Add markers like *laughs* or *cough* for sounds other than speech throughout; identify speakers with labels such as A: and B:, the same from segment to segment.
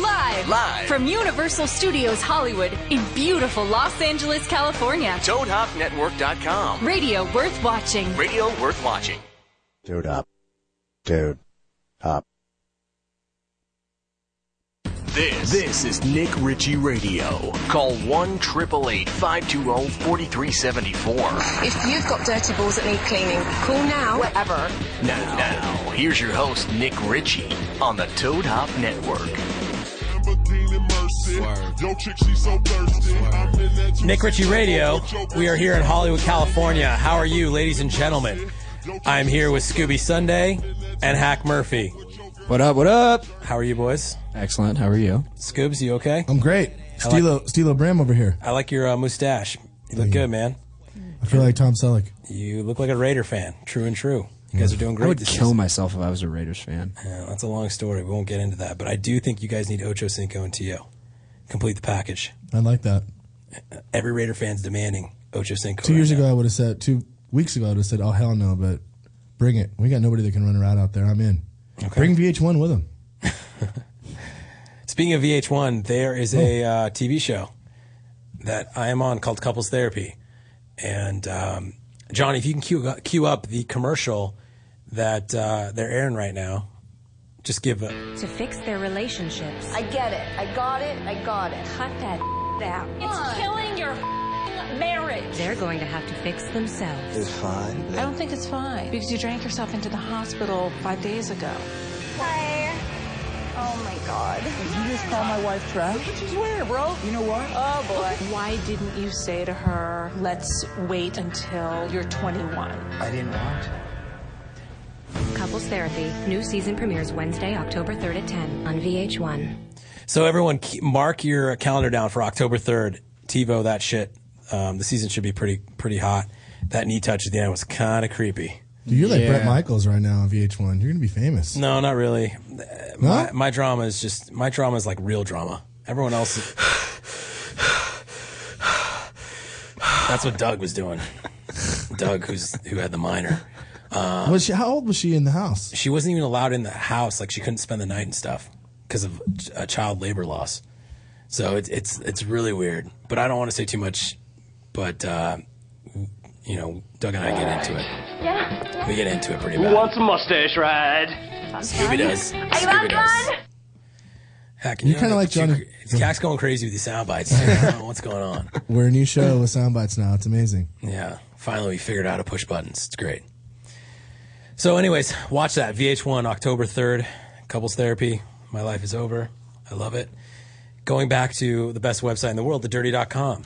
A: Live.
B: Live.
A: From Universal Studios Hollywood in beautiful Los Angeles, California.
B: ToadHopNetwork.com.
A: Radio worth watching.
B: Radio worth watching.
C: Dude up. Dude up.
B: This,
D: This is Nick Ritchie Radio.
B: call 1 888 520 4374.
E: If you've got dirty balls that need cleaning, call now. Whatever.
B: Now, now, here's your host, Nick Ritchie, on the Toad Hop Network.
F: Lamborghini Mercy. Yo, chick, she so thirsty. I'm in that
G: Nick Ritchie Radio. We are here in Hollywood, California. How are you, ladies and gentlemen? I'm here with Scooby Sunday and Hack Murphy.
H: What up? What up?
G: How are you, boys?
H: Excellent. How are you?
G: Scoobs, you okay?
I: I'm great. Stilo, Stilo Bram over here.
G: I like your uh, mustache. You look good, man.
I: I feel like Tom Selleck.
G: You look like a Raider fan. True and true. You guys are doing great.
H: I would
G: this
H: kill
G: season.
H: myself if I was a Raiders fan.
G: Yeah, that's a long story. We won't get into that. But I do think you guys need Ocho Cinco and Tio. Complete the package.
I: I like that.
G: Every Raider fan's demanding Ocho Cinco.
I: Two
G: right
I: years
G: now.
I: ago, I would have said, two weeks ago, I would have said, oh, hell no, but bring it. We got nobody that can run a route out there. I'm in. Bring VH1 with them.
G: Speaking of VH1, there is a uh, TV show that I am on called Couples Therapy. And um, Johnny, if you can cue, cue up the commercial that uh, they're airing right now, just give a.
J: to fix their relationships.
E: I get it. I got it. I got it.
J: cut that out.
A: It's killing your marriage.
J: They're going to have to fix themselves.
K: I don't think it's fine because you drank yourself into the hospital five days ago.
E: Hi. Oh my God.
K: You just call my wife trash? What you swear, bro? You know what?
E: Oh boy.
K: Why didn't you say to her, let's wait until you're 21?
J: Couples Therapy. New season premieres Wednesday, October 3rd at 10 on VH1.
G: So, everyone, keep, mark your calendar down for October 3rd. TiVo, that shit. Um, the season should be pretty pretty hot. That knee touch at the end was kind of creepy.
I: Dude, you're like
H: Yeah.
I: Brett Michaels right now on VH1. You're going to be famous.
G: No, not really.
I: Huh?
G: My, my drama is just my drama is like real drama. Everyone else. That's what Doug was doing. Doug, who's who had the minor. uh,
I: was she, how old was she in the house?
G: Uh-huh. She wasn't even allowed in the house. Like she couldn't spend the night and stuff because of uh, child labor laws. So it's it's it's really weird. But I don't want to say too much. But uh, you know, Doug and I get into it. We get into it pretty bad.
L: a mustache ride?
G: Scooby does. Scooby does. Heck, you
I: You're kinda like Johnny-
G: Jack's going crazy with these sound
I: *laughs*
G: bites. I don't know what's going on?
I: We're a new
G: *clears throat*
I: show with sound bites now. It's amazing.
G: Yeah. Finally, we figured out how to push buttons. It's great. So, anyways, watch that VH1 October 3rd, Couples Therapy. My life is over. I love it. Going back to the best website in the world, thedirty.com.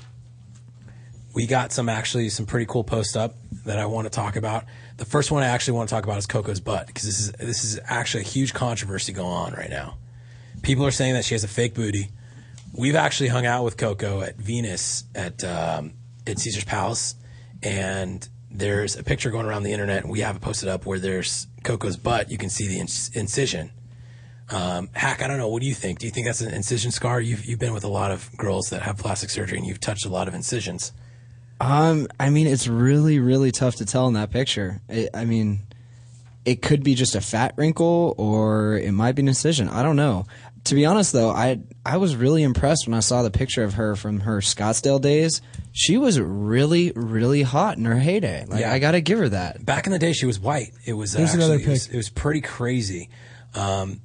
G: We got some actually some pretty cool posts up that I want to talk about. The first one I actually want to talk about is Coco's butt because this is this is actually a huge controversy going on right now. People are saying that she has a fake booty. We've actually hung out with Coco at Venus at um, at Caesar's Palace, and there's a picture going around the internet. And we have it posted up where there's Coco's butt. You can see the inc- incision. Um, Hack, I don't know. What do you think? Do you think that's an incision scar? You've you've been with a lot of girls that have plastic surgery, and you've touched a lot of incisions.
H: Um, I mean, it's really, really tough to tell in that picture. I I mean, it could be just a fat wrinkle, or it might be an incision. I don't know. To be honest, though, I I was really impressed when I saw the picture of her from her Scottsdale days. She was really, really hot in her heyday. Like,
G: Yeah.
H: I gotta give her that.
G: Back in the day, she was white. It was
I: Here's
G: actually,
I: another
G: It was,
I: pic.
G: it was pretty crazy. Um,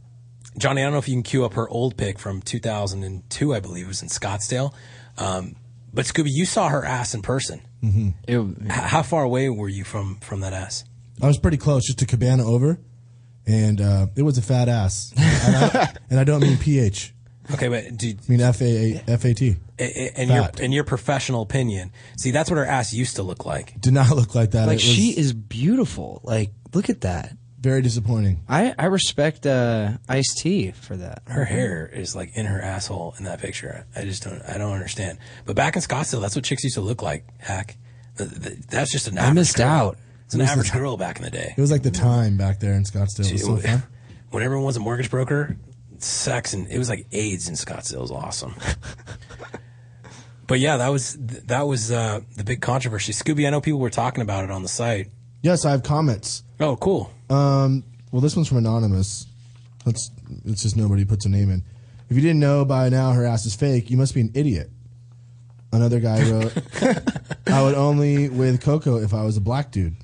G: Johnny, I don't know if you can cue up her old pic from 2002, I believe it was in Scottsdale. Um, but Scooby, you saw her ass in person.
I: Mm-hmm.
H: It,
G: H- how far away were you from from that ass?
I: I was pretty close, just a cabana over, and uh, it was a fat
G: *laughs*
I: ass. and, I, and I don't mean PH.
G: Okay, but dude,
I: I mean F A F A T.
G: in your
I: Fat.
G: in your professional opinion, see that's what her ass used to look like.
I: Did not *laughs* look like that.
H: like
I: it was
H: she is beautiful. Like, look at that.
I: very disappointing.
H: I, I respect uh, Ice T for that. Mm-hmm.
G: Her hair is like in her asshole in that picture. I just don't I don't understand. But back in Scottsdale, that's what chicks used to look like. Hack, Th- th- that's just an.
H: I
G: average
H: missed
G: girl.
H: out.
G: It's
H: *laughs*
G: an average girl back in the day.
I: It was like the time back there in Scottsdale. It was so
H: *laughs*
I: fun.
G: *laughs* when everyone was a mortgage broker, sex and it was like AIDS in Scottsdale. It
H: *laughs*
G: was awesome. but yeah, that was that was uh, the big controversy. Scooby, I know people were talking about it on the site.
I: Yes, I have comments.
G: Oh, cool.
I: Um, well, this one's from anonymous. Let's. It's just nobody puts a name in. If you didn't know by now her ass is fake, you must be an idiot. Another
H: *laughs*
I: guy wrote, I would only with Coco if I was a black dude.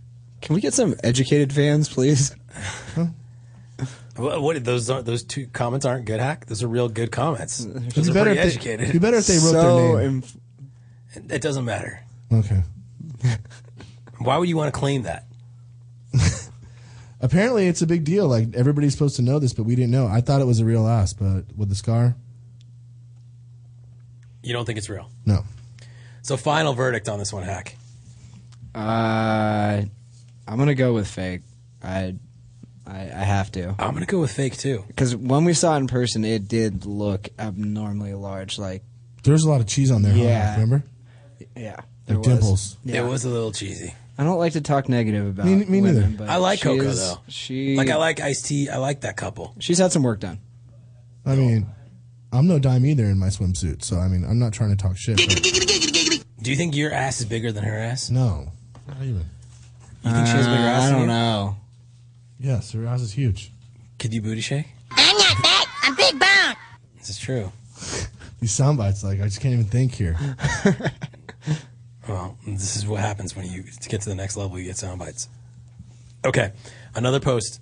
H: Can we get some educated fans, please?
G: What, what those aren't, those two comments aren't good hack. Those are real good comments. Those
I: be
G: are
I: Mm, better
G: pretty
I: if they-
G: educated.
I: it'd be better if they wrote their So name.
G: It- it doesn't matter.
I: Okay.
G: *laughs* Why would you want to claim that?
I: Apparently, it's a big deal. Like everybody's supposed to know this, but we didn't know. I thought it was a real ass, but with the scar,
G: You don't think it's real.
I: no.
G: So final verdict on this one hack.
H: Uh, I'm gonna go with fake. I, I, I have to.
G: I'm gonna go with fake too.
H: Because when we saw it in person, it did look abnormally large. Like,
I: There's a lot of cheese on there. huh?
H: Yeah.
I: remember?
H: yeah,
I: Like dimples.
H: Yeah.
G: It was a little cheesy.
H: I don't like to talk negative about.
I: Me- me
H: women,
I: neither.
H: But
G: I like
H: she
G: Coco
H: is-
G: though.
H: She
G: like I like Ice T. I like that couple.
H: She's had some work done.
I: I mean, I'm no dime either in my swimsuit, so I mean, I'm not trying to talk shit. but
G: Do you think your ass is bigger than her ass?
I: no, not even.
G: You think she has bigger
H: Uh,
G: ass?
H: I
G: than
H: don't
G: you?
H: know.
I: Yes, her ass is huge.
G: Could you booty shake?
M: I'm not fat. I'm big boned.
G: This is true.
I: *laughs* These sound bites, like I just can't even think
G: *laughs*
I: here.
G: Well, this is what happens when you to get to the next level. You get sound bites. Okay, another post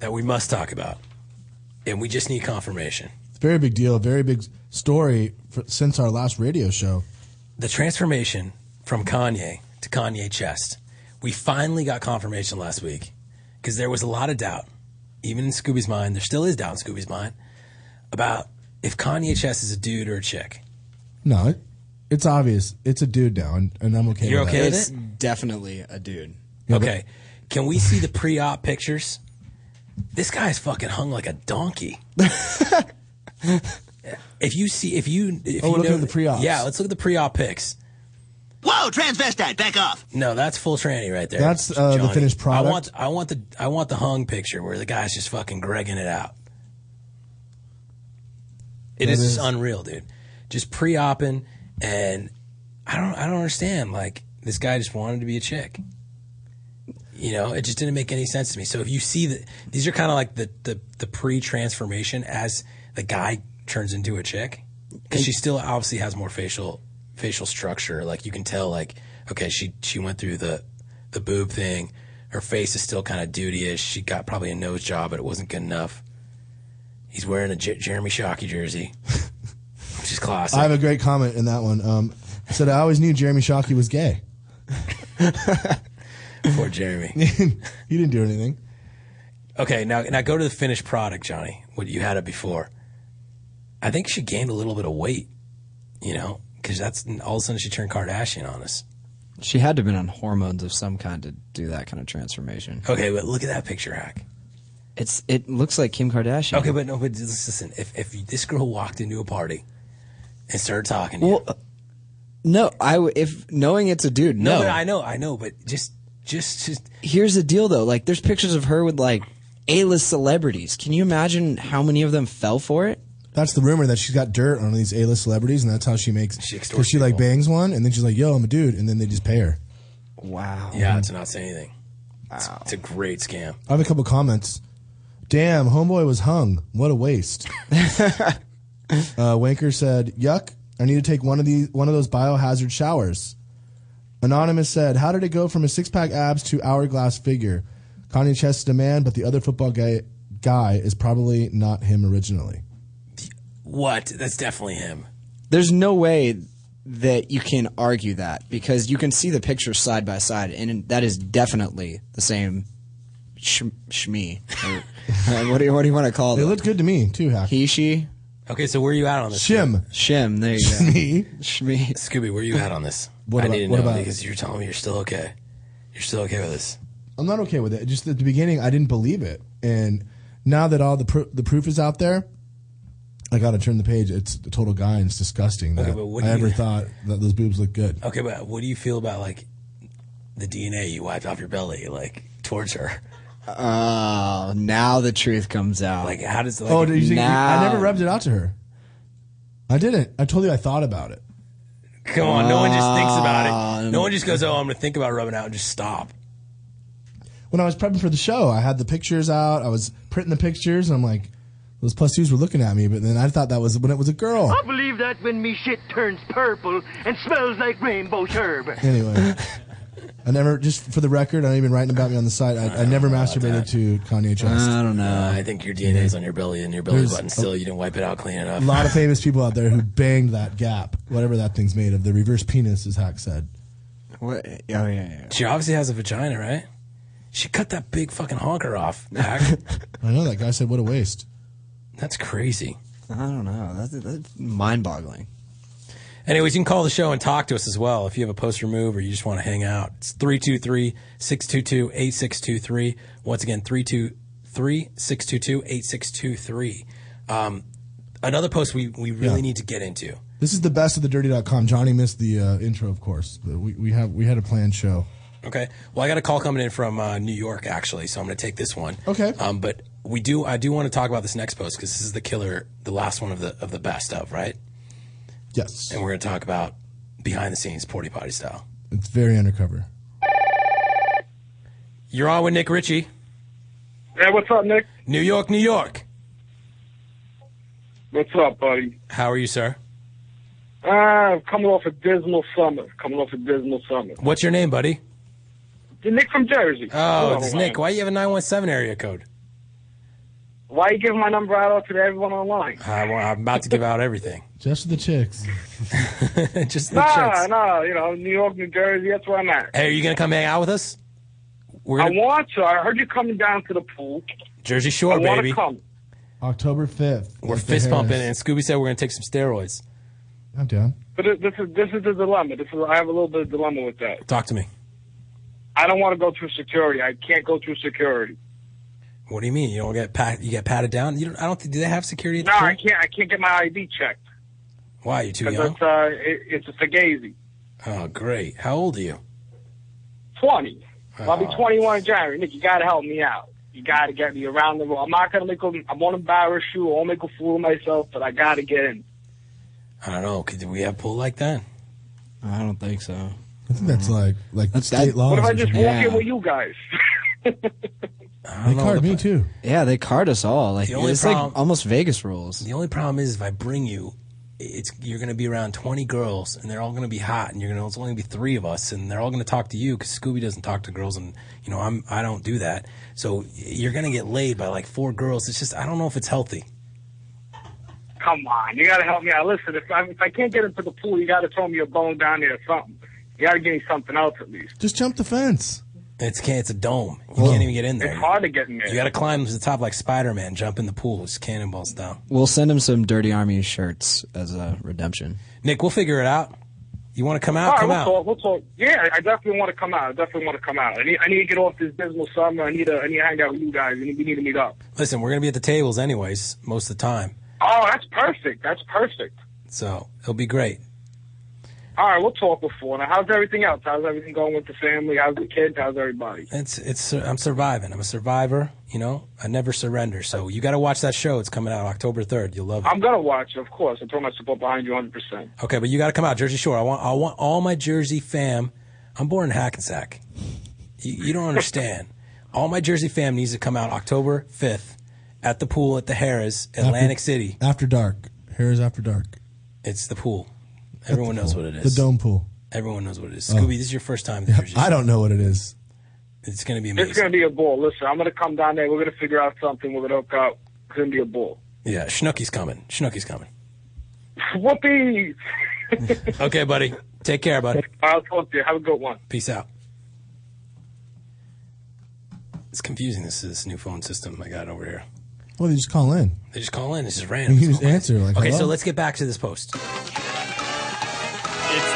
G: that we must talk about, and we just need confirmation.
I: It's a very big deal, very big story for, since our last radio show.
G: The transformation from Kanye to Kanye chest. We finally got confirmation last week because there was a lot of doubt, even in Scooby's mind. There still is doubt in Scooby's mind about if Kanye chest is a dude or a chick.
I: No, it, it's obvious. It's a dude now, and, and I'm okay.
G: You're
I: with
G: okay
I: that.
G: with
H: It's
G: it?
H: definitely a dude.
I: Yeah, but-
G: okay, can we see the pre-op pictures? This guy is fucking hung like
I: *laughs*
G: a donkey. if you see, if you, if
I: Oh,
G: you
I: we're looking
G: know-
I: at the pre-ops.
G: Yeah, let's look at the pre-op pics.
B: Whoa, transvestite, back off.
G: No, that's full tranny right there.
I: That's, uh, the
G: Johnny.
I: finished product?
G: I want, I want the, I want the hung picture where the guy's just fucking gregging it out. It
I: That
G: is,
I: is-
G: just unreal, dude. Just pre-opping, and I don't, I don't understand. Like this guy just wanted to be a chick. You know, it just didn't make any sense to me. So if you see that, these are kind of like the, the the pre-transformation as the guy turns into a chick, because she still obviously has more facial facial structure. Like you can tell, like okay, she she went through the the boob thing. Her face is still kind of duty-ish. She got probably a nose job, but it wasn't good enough. He's wearing a J- Jeremy
I: *laughs*
G: Shockey jersey, which is classic.
I: I have a great comment in that one. Um, it said I always knew Jeremy Shockey was gay.
G: *laughs*
I: *laughs*
G: Poor Jeremy.
I: He didn't do anything.
G: Okay, now now go to the finished product, Johnny. What you had it before. I think she gained a little bit of weight, you know, because that's all of a sudden she turned Kardashian on us.
H: She had to have been on hormones of some kind to do that kind of transformation.
G: Okay, but look at that picture hack.
H: It's it looks like Kim Kardashian.
G: Okay, but no, but just listen. If if this girl walked into a party and started talking, to you,
H: well, uh, no, I w- if knowing it's a dude.
G: no,
H: No,
G: but I know, I know, but just just just
H: here's the deal though. Like, there's pictures of her with like A-list celebrities. Can you imagine how many of them fell for it?
I: That's the rumor that she's got dirt on these A-list celebrities, and that's how she makes.
G: She extorts
I: because she like
G: people.
I: bangs one, and then she's like, "Yo, I'm a dude," and then they just pay her.
H: Wow.
G: yeah, to not say anything. It's, it's a great scam.
I: I have a couple comments. Damn, homeboy was hung. What a
G: *laughs*
I: waste. uh, Wanker said, "Yuck! I need to take one of these one of those biohazard showers." Anonymous said, "How did it go from a six pack abs to hourglass figure? Kanye Chest is a man, but the other football guy guy is probably not him originally."
G: What? That's definitely him.
H: There's no way that you can argue that because you can see the pictures side by side, and that is definitely the same sh- shmi. Or- *laughs* uh, what do you what do you want to call
I: It
H: it?
I: looked good to me too. Hack.
H: He she
G: Okay, so where are you at on this?
I: Shim.
H: shim. There you go.
I: Me.
H: Shmi.
G: Scooby, where you at on this?
I: What
G: I
I: about-
G: need to
I: what
G: know
I: about-
G: because you're telling me you're still okay. You're still okay with this.
I: I'm not okay with it. Just at the beginning, I didn't believe it, and now that all the pr- the proof is out there, I got to turn the page. It's a total guy, and it's disgusting that
G: Okay, but what
I: I
G: do you-
I: ever thought that those boobs look good.
G: Okay, but what do you feel about like the DNA you wiped off your belly, like towards her? *laughs*
H: Oh, now the truth comes out.
G: Like how does like
I: oh, do you think
H: now-
I: I never rubbed it out to her? I didn't. I told you I thought about it.
G: come on, no one just thinks about it. No
H: Um,
G: one just goes, Oh, I'm gonna think about rubbing out and just stop.
I: When I was prepping for the show, I had the pictures out. I was printing the pictures, and I'm like, Those plus twos were looking at me, but then I thought that was when it was a girl.
L: I believe that when me shit turns purple and smells like rainbow sherbet.
I: Anyway, I never. Just for the record, I don't even writing about me on the site. I, I never masturbated to Kanye West.
H: I don't know.
G: I think your DNA's on your belly and your belly
I: There's
G: button
I: a-
G: still. You didn't wipe it out clean
I: A
G: enough.
I: lot of famous people out there who banged that gap, whatever that thing's made of. The reverse penis, as Hack said.
H: *laughs* What? Oh yeah, yeah.
G: She obviously has a vagina, right? She cut that big fucking honker off.
I: *laughs*
G: Hack.
I: I know that guy said, "What a waste."
G: That's crazy.
H: I don't know. That's, that's mind boggling.
G: Anyways, you can call the show and talk to us as well if you have a post remove or you just want to hang out. It's 323 622 8623. Once again, 323 622 8623. Um, Another post we, we really
I: Yeah.
G: need to get into.
I: This is the best of the dirty.com. Johnny missed the uh, intro, of course. But we, we have we had a planned show.
G: Okay. Well, I got a call coming in from uh, New York, actually, so I'm going to take this one.
I: Okay.
G: Um, but we do. I do want to talk about this next post because this is the killer, the last one of the of the best of, right?
I: Yes.
G: And we're going to talk about behind the scenes, porty potty style.
I: It's very undercover.
G: You're on with Nick Ritchie,
N: Hey, what's up, Nick?
G: New York, New York.
N: What's up, buddy?
G: How are you, sir?
N: Ah, I'm coming off a dismal summer. Coming off a dismal summer.
G: What's your name, buddy?
N: The Nick from Jersey.
G: Oh,
N: Hello,
G: it's
N: man.
G: Nick. Why you have a 917 area code?
N: Why you giving my number out to everyone online?
G: I, am about to give out everything.
I: *laughs* Just for the chicks.
G: Just the
N: Nah,
G: chicks.
N: nah, you know, New York, New Jersey, that's where I'm at.
G: Hey, are you going to come hang out with us? We're
N: I
G: gonna,
N: want you. I heard you coming down to the pool.
G: Jersey Shore,
N: I want
G: baby.
N: to come.
I: October fifth.
G: We're
I: That's the
G: fist
I: Harris.
G: pumping, and Scooby said we're going to take some steroids.
I: I'm down.
N: But it- this is this is the dilemma. This is I have a little bit of dilemma with that.
G: Talk to me.
N: I don't want to go through security. I can't go through security.
G: What do you mean? You don't get pat? You get patted down? You don't? I don't think. Do they have security? At
N: No,
G: the
N: I
G: pool?
N: can't. I can't get my ID checked
G: Why? You too
N: because
G: young?
N: it's uh, it, it's a fugazi.
G: Oh, great. How old are you?
N: Twenty. I'll be
G: Oh.
N: 21 in January. Nick, you gotta help me out. You gotta get me around the world. I'm not gonna make a, I won't embarrass you. I won't make a fool of myself, but I gotta get in.
G: I don't know. Could we have pool like that?
H: I don't think so.
I: I think that's like like state law.
N: What if I just walk in with you guys?
I: They card me too.
H: Yeah, they card us all. Like
G: The only
H: it's
G: problem-
H: like almost Vegas rules.
G: The only problem is if I bring you, it's you're going to be around 20 girls, and they're all going to be hot, and you're going to it's only gonna be three of us, and they're all going to talk to you because Scooby doesn't talk to girls, and you know I'm I don't do that. So you're going to get laid by like four girls. It's just I don't know if it's healthy.
N: Come on, you gotta help me out. Listen, if I, if I can't get into the pool, you gotta throw me a bone down there or something. You gotta give me something else at least.
I: Just jump the fence.
G: It's can't. It's a dome. You can't even get in there.
N: It's hard to get in there.
G: You got to climb to the top like Spider Man, jump in the pool, just cannonballs down.
H: We'll send him some dirty army shirts as a redemption.
G: Nick, we'll figure it out. You want to come
N: All
G: out?
N: right,
G: Ah, Come
N: we'll
G: out.
N: talk. We'll talk. Yeah, I definitely want to come out. I definitely want to come out. I need, I need to get off this dismal summer. I need to, I need to hang out with you guys. We need, we need to meet up.
G: Listen, we're gonna be at the tables anyways most of the time,
N: Oh, that's perfect. That's perfect.
G: so it'll be great.
N: All right, we'll talk before. Now, how's everything else? How's everything going with the family? How's the kids? How's everybody?
G: It's it's I'm surviving. I'm a survivor. You know, I never surrender. So you got to watch that show. It's coming out October third. You'll love it.
N: I'm gonna watch, of course. I throw my support behind you 100. percent
G: Okay, but you got to come out, Jersey Shore. I want I want all my Jersey fam. I'm born in Hackensack. You, you
I: *laughs*
G: don't understand. all my Jersey fam needs to come out October fifth at the pool at the Harris, Atlantic
I: After-
G: City.
I: After dark. Harris after dark.
G: It's the pool. Everyone knows what it is.
I: The dome pool.
G: Everyone knows what it is.
I: Oh.
G: Scooby, this is your first time. to Jersey
I: I
G: Shore.
I: don't know what it is.
G: It's gonna be amazing.
N: It's gonna be a ball. Listen, I'm gonna come down there. We're gonna figure out something. We're gonna hook up. It's gonna be a ball. *laughs*
G: Yeah, Schnooky's coming. Schnooky's coming.
N: Whoopee!
G: Okay, buddy. Take care, buddy.
N: I'll talk to you. Have a good one.
G: Peace out. It's confusing. This this new phone system I got over here.
I: Well, they just call in.
G: They just call in. It's just
I: You
G: random.
I: can just answer. Like,
G: Okay,
I: hello?
G: so let's get back to this post.
D: It's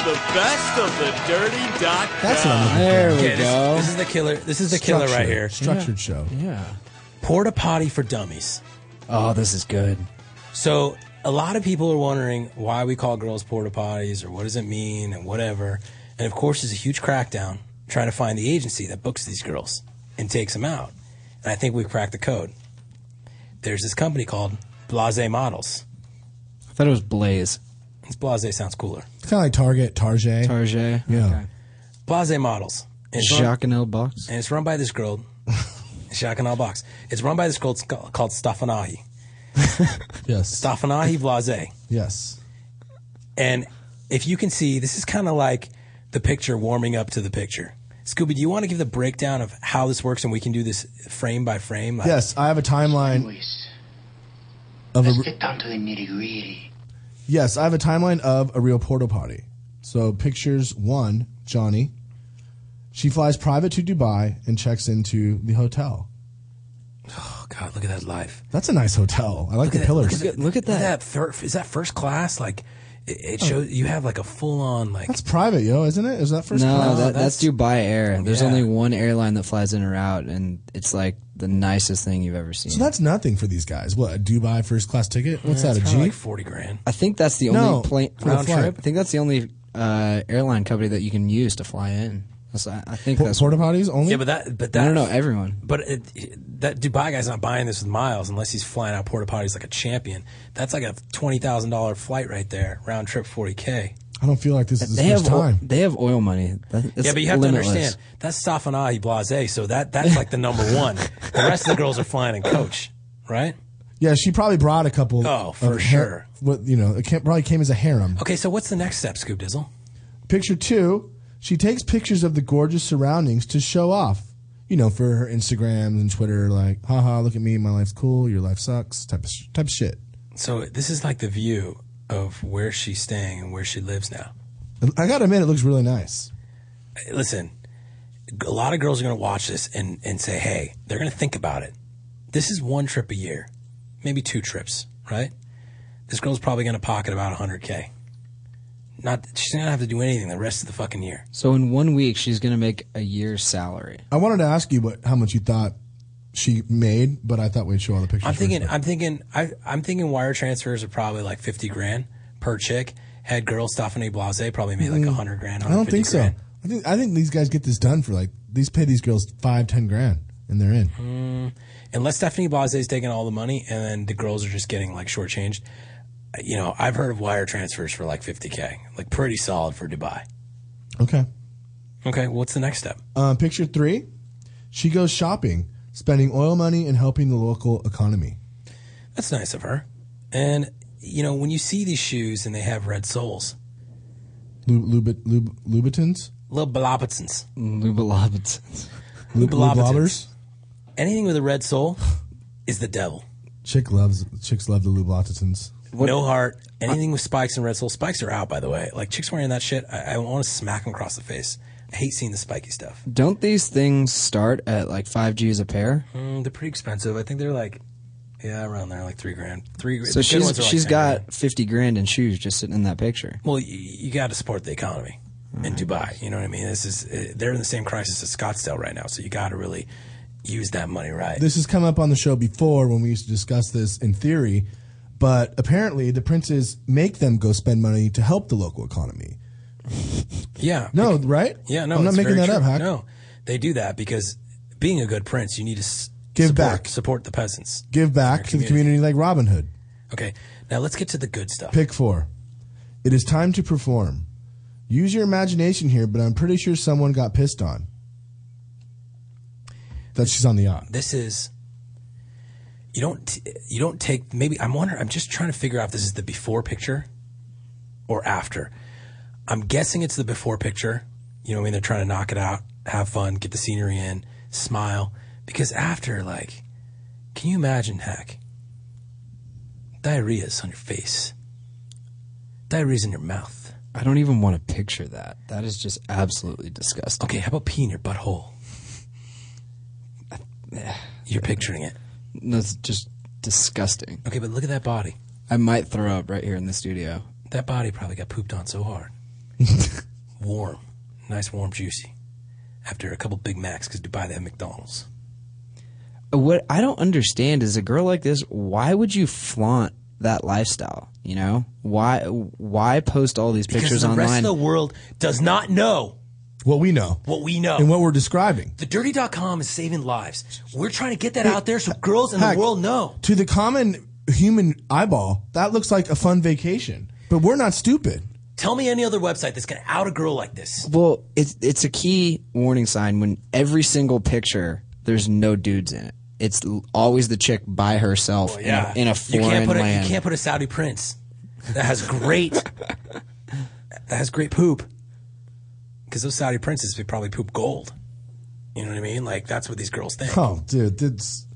D: the best of the dirty dot.
I: That's what I'm There
G: Okay, this, This is the killer. This is the killer right
I: Structured-
G: here.
I: Structured show.
H: Yeah.
G: Porta potty for dummies.
H: Oh, this is good.
G: So a lot of people are wondering why we call girls porta potties or what does it mean and whatever. And of course, there's a huge crackdown trying to find the agency that books these girls and takes them out. And I think we've cracked the code. There's this company called Blase Models.
H: I thought it was Blaze.
G: It's Blase sounds cooler.
I: It's kind of like Target, Target.
H: Target.
I: Yeah.
G: Blase Models. And it's, run,
H: Jacques and L box.
G: *laughs* and it's run by this girl, Jacques and All Box. It's run by this girl called Stefanahi.
I: yes.
G: Stafanahi Blase.
I: Yes.
G: And if you can see, this is kind of like the picture warming up to the picture. Scooby, do you want to give the breakdown of how this works and we can do this frame by frame? Like,
I: Yes, I have a timeline of a,
O: Let's get down to the nitty gritty.
I: yes, I have a timeline of a real porta potty. So pictures one, Johnny. She flies private to Dubai and checks into the hotel.
G: Oh, God, look at that life.
I: That's a nice hotel. I like
G: Look
I: the
G: at that-
I: pillars.
G: Look at, that. thir- is that first class? Like, it, it
I: Oh.
G: shows you have like a full on, like,
I: That's private, yo, isn't it? Is that first
H: no,
G: Oh,
I: class?
H: that, that's, Dubai Air. There's
I: Yeah.
H: only one airline that flies in or out, and it's like the nicest thing you've ever seen.
I: So that's nothing for these guys. What a Dubai first class ticket? What's
H: Yeah,
I: that? A
H: it's
I: G?
H: probably like
G: 40 grand.
H: I think that's the
I: No,
H: only plane
I: for the Round flight. trip?
H: I think that's the only uh, airline company that you can use to fly in. That's, I, I think
I: Por-
H: that's
I: porta potties only.
G: Yeah, but that, but that,
H: I don't know everyone.
G: But it, that Dubai guy's not buying this with miles unless he's flying out porta potties like a champion. That's like a twenty thousand dollar flight right there, round trip forty k.
I: I don't feel like this is
H: They
I: the first
H: have o-
I: time.
H: they have oil money. That, it's
G: Yeah, but you have
H: limitless.
G: to understand that's Safanahi Blase, so that that's like the number one. the rest of the girls are flying in coach, right?
I: Yeah, she probably brought a couple.
G: Oh,
I: of
G: for
I: ha-
G: sure.
I: What you know, it can probably came as a harem.
G: Okay, so what's the next step, Scoop Dizzle?
I: Picture two, she takes pictures of the gorgeous surroundings to show off. You know, for her Instagrams and Twitter, like, haha, look at me, my life's cool, your life sucks, type of sh- type of shit.
G: So this is like the view of where she's staying and where she lives now.
I: I gotta admit, it looks really nice.
G: listen, a lot of girls are going to watch this and, and say, hey, they're going to think about it. This is one trip a year, maybe two trips, right? This girl's probably going to pocket about 100K. Not She's going to have to do anything the rest of the fucking year.
H: So in one week, she's going to make a year's salary.
I: I wanted to ask you what how much you thought she made, but I thought we'd show all the pictures.
G: I'm thinking,
I: first.
G: I'm thinking, I, I'm thinking wire transfers are probably like 50 grand per chick. Head girl Stephanie Blase probably made like
I: Mm.
G: 100 grand.
I: I don't
G: 150
I: think so.
G: grand.
I: I think I think these guys get this done for like these pay these girls five ten grand and they're in.
G: Mm, unless Stephanie Blase is taking all the money and then the girls are just getting like shortchanged. You know, I've heard of wire transfers for like 50K, like pretty solid for Dubai.
I: Okay.
G: Okay, what's the next step?
I: Uh, picture three, she goes shopping, spending oil money and helping the local economy.
G: That's nice of her. And, you know, when you see these shoes and they have red soles,
I: Lu- Lubit- Lub- Lubitins,
G: little Blobitsons,
I: Mm,
H: Lubalobits.
I: Lub- Lublobbers.
G: anything with a red sole is the devil.
I: Chick loves chicks love the Lubitins.
G: No heart. Anything with spikes and red soles. Spikes are out, by the way. Like chicks wearing that shit, I, I want to smack them across the face. I hate seeing the spiky stuff.
H: Don't these things start at like five G's a pair?
G: Mm, they're pretty expensive. I think they're like, yeah, around there, like three grand. Three. the
H: So
G: good
H: she's
G: ones are like
H: she's
G: 10
H: got
G: grand.
H: fifty grand in shoes just sitting in that picture.
G: Well, you, you got to support the economy
I: Mm-hmm.
G: in Dubai. You know what I mean? This is uh, they're in the same crisis as Scottsdale right now, so you got to really use that money right.
I: This has come up on the show before when we used to discuss this in theory, but apparently the princes make them go spend money to help the local economy.
G: yeah.
I: No, right?
G: Yeah. No.
I: I'm not
G: it's
I: making
G: very
I: that up.
G: true.
I: Hack.
G: No, they do that because being a good prince, you need to s-
I: Give
G: support,
I: back.
G: support the peasants.
I: Give back to the community like Robin Hood.
G: Okay. Now let's get to the good stuff.
I: Pick four. It is time to perform. Use your imagination here, but I'm pretty sure someone got pissed on. That she's on the yacht.
G: this is you don't t- you don't take maybe I'm wondering I'm just trying to figure out if this is the before picture or after. I'm guessing it's the before picture. You know what I mean? They're trying to knock it out, have fun, get the scenery in, smile. Because after, like, can you imagine, heck? Diarrhea's on your face. Diarrhea's in your mouth.
H: I don't even want to picture that. That is just absolutely disgusting.
G: Okay, how about pee in your butthole? *sighs* You're picturing it.
H: No, it's just disgusting.
G: Okay, but look at that body.
H: I might throw up right here in the studio.
G: That body probably got pooped on so
H: *laughs*
G: hard. warm, nice, warm, juicy. After a couple Big Macs, because Dubai they have McDonald's.
H: What I don't understand is a girl like this. Why would you flaunt that lifestyle? You know why? Why post all these
G: Because
H: pictures
G: the rest
H: online?
G: of the world does not know
I: What we know
G: what we know.
I: and what we're describing.
G: the dirty.com is saving lives. We're trying to get that out there so girls in the
I: Heck,
G: world know.
I: To the common human eyeball, that looks like a fun vacation. But we're not stupid.
G: Tell me any other website that's going to out a girl like this.
H: Well, it's it's a key warning sign when every single picture there's no dudes in it. it's l- always the chick by herself
G: Oh, yeah.
H: in, a, in a foreign
G: you can't put
H: land.
G: A, you can't put a Saudi prince that has
H: *laughs*
G: great that has great poop because those Saudi princes they probably poop gold. You know what I mean? Like that's what these girls think.
I: Oh, dude, it's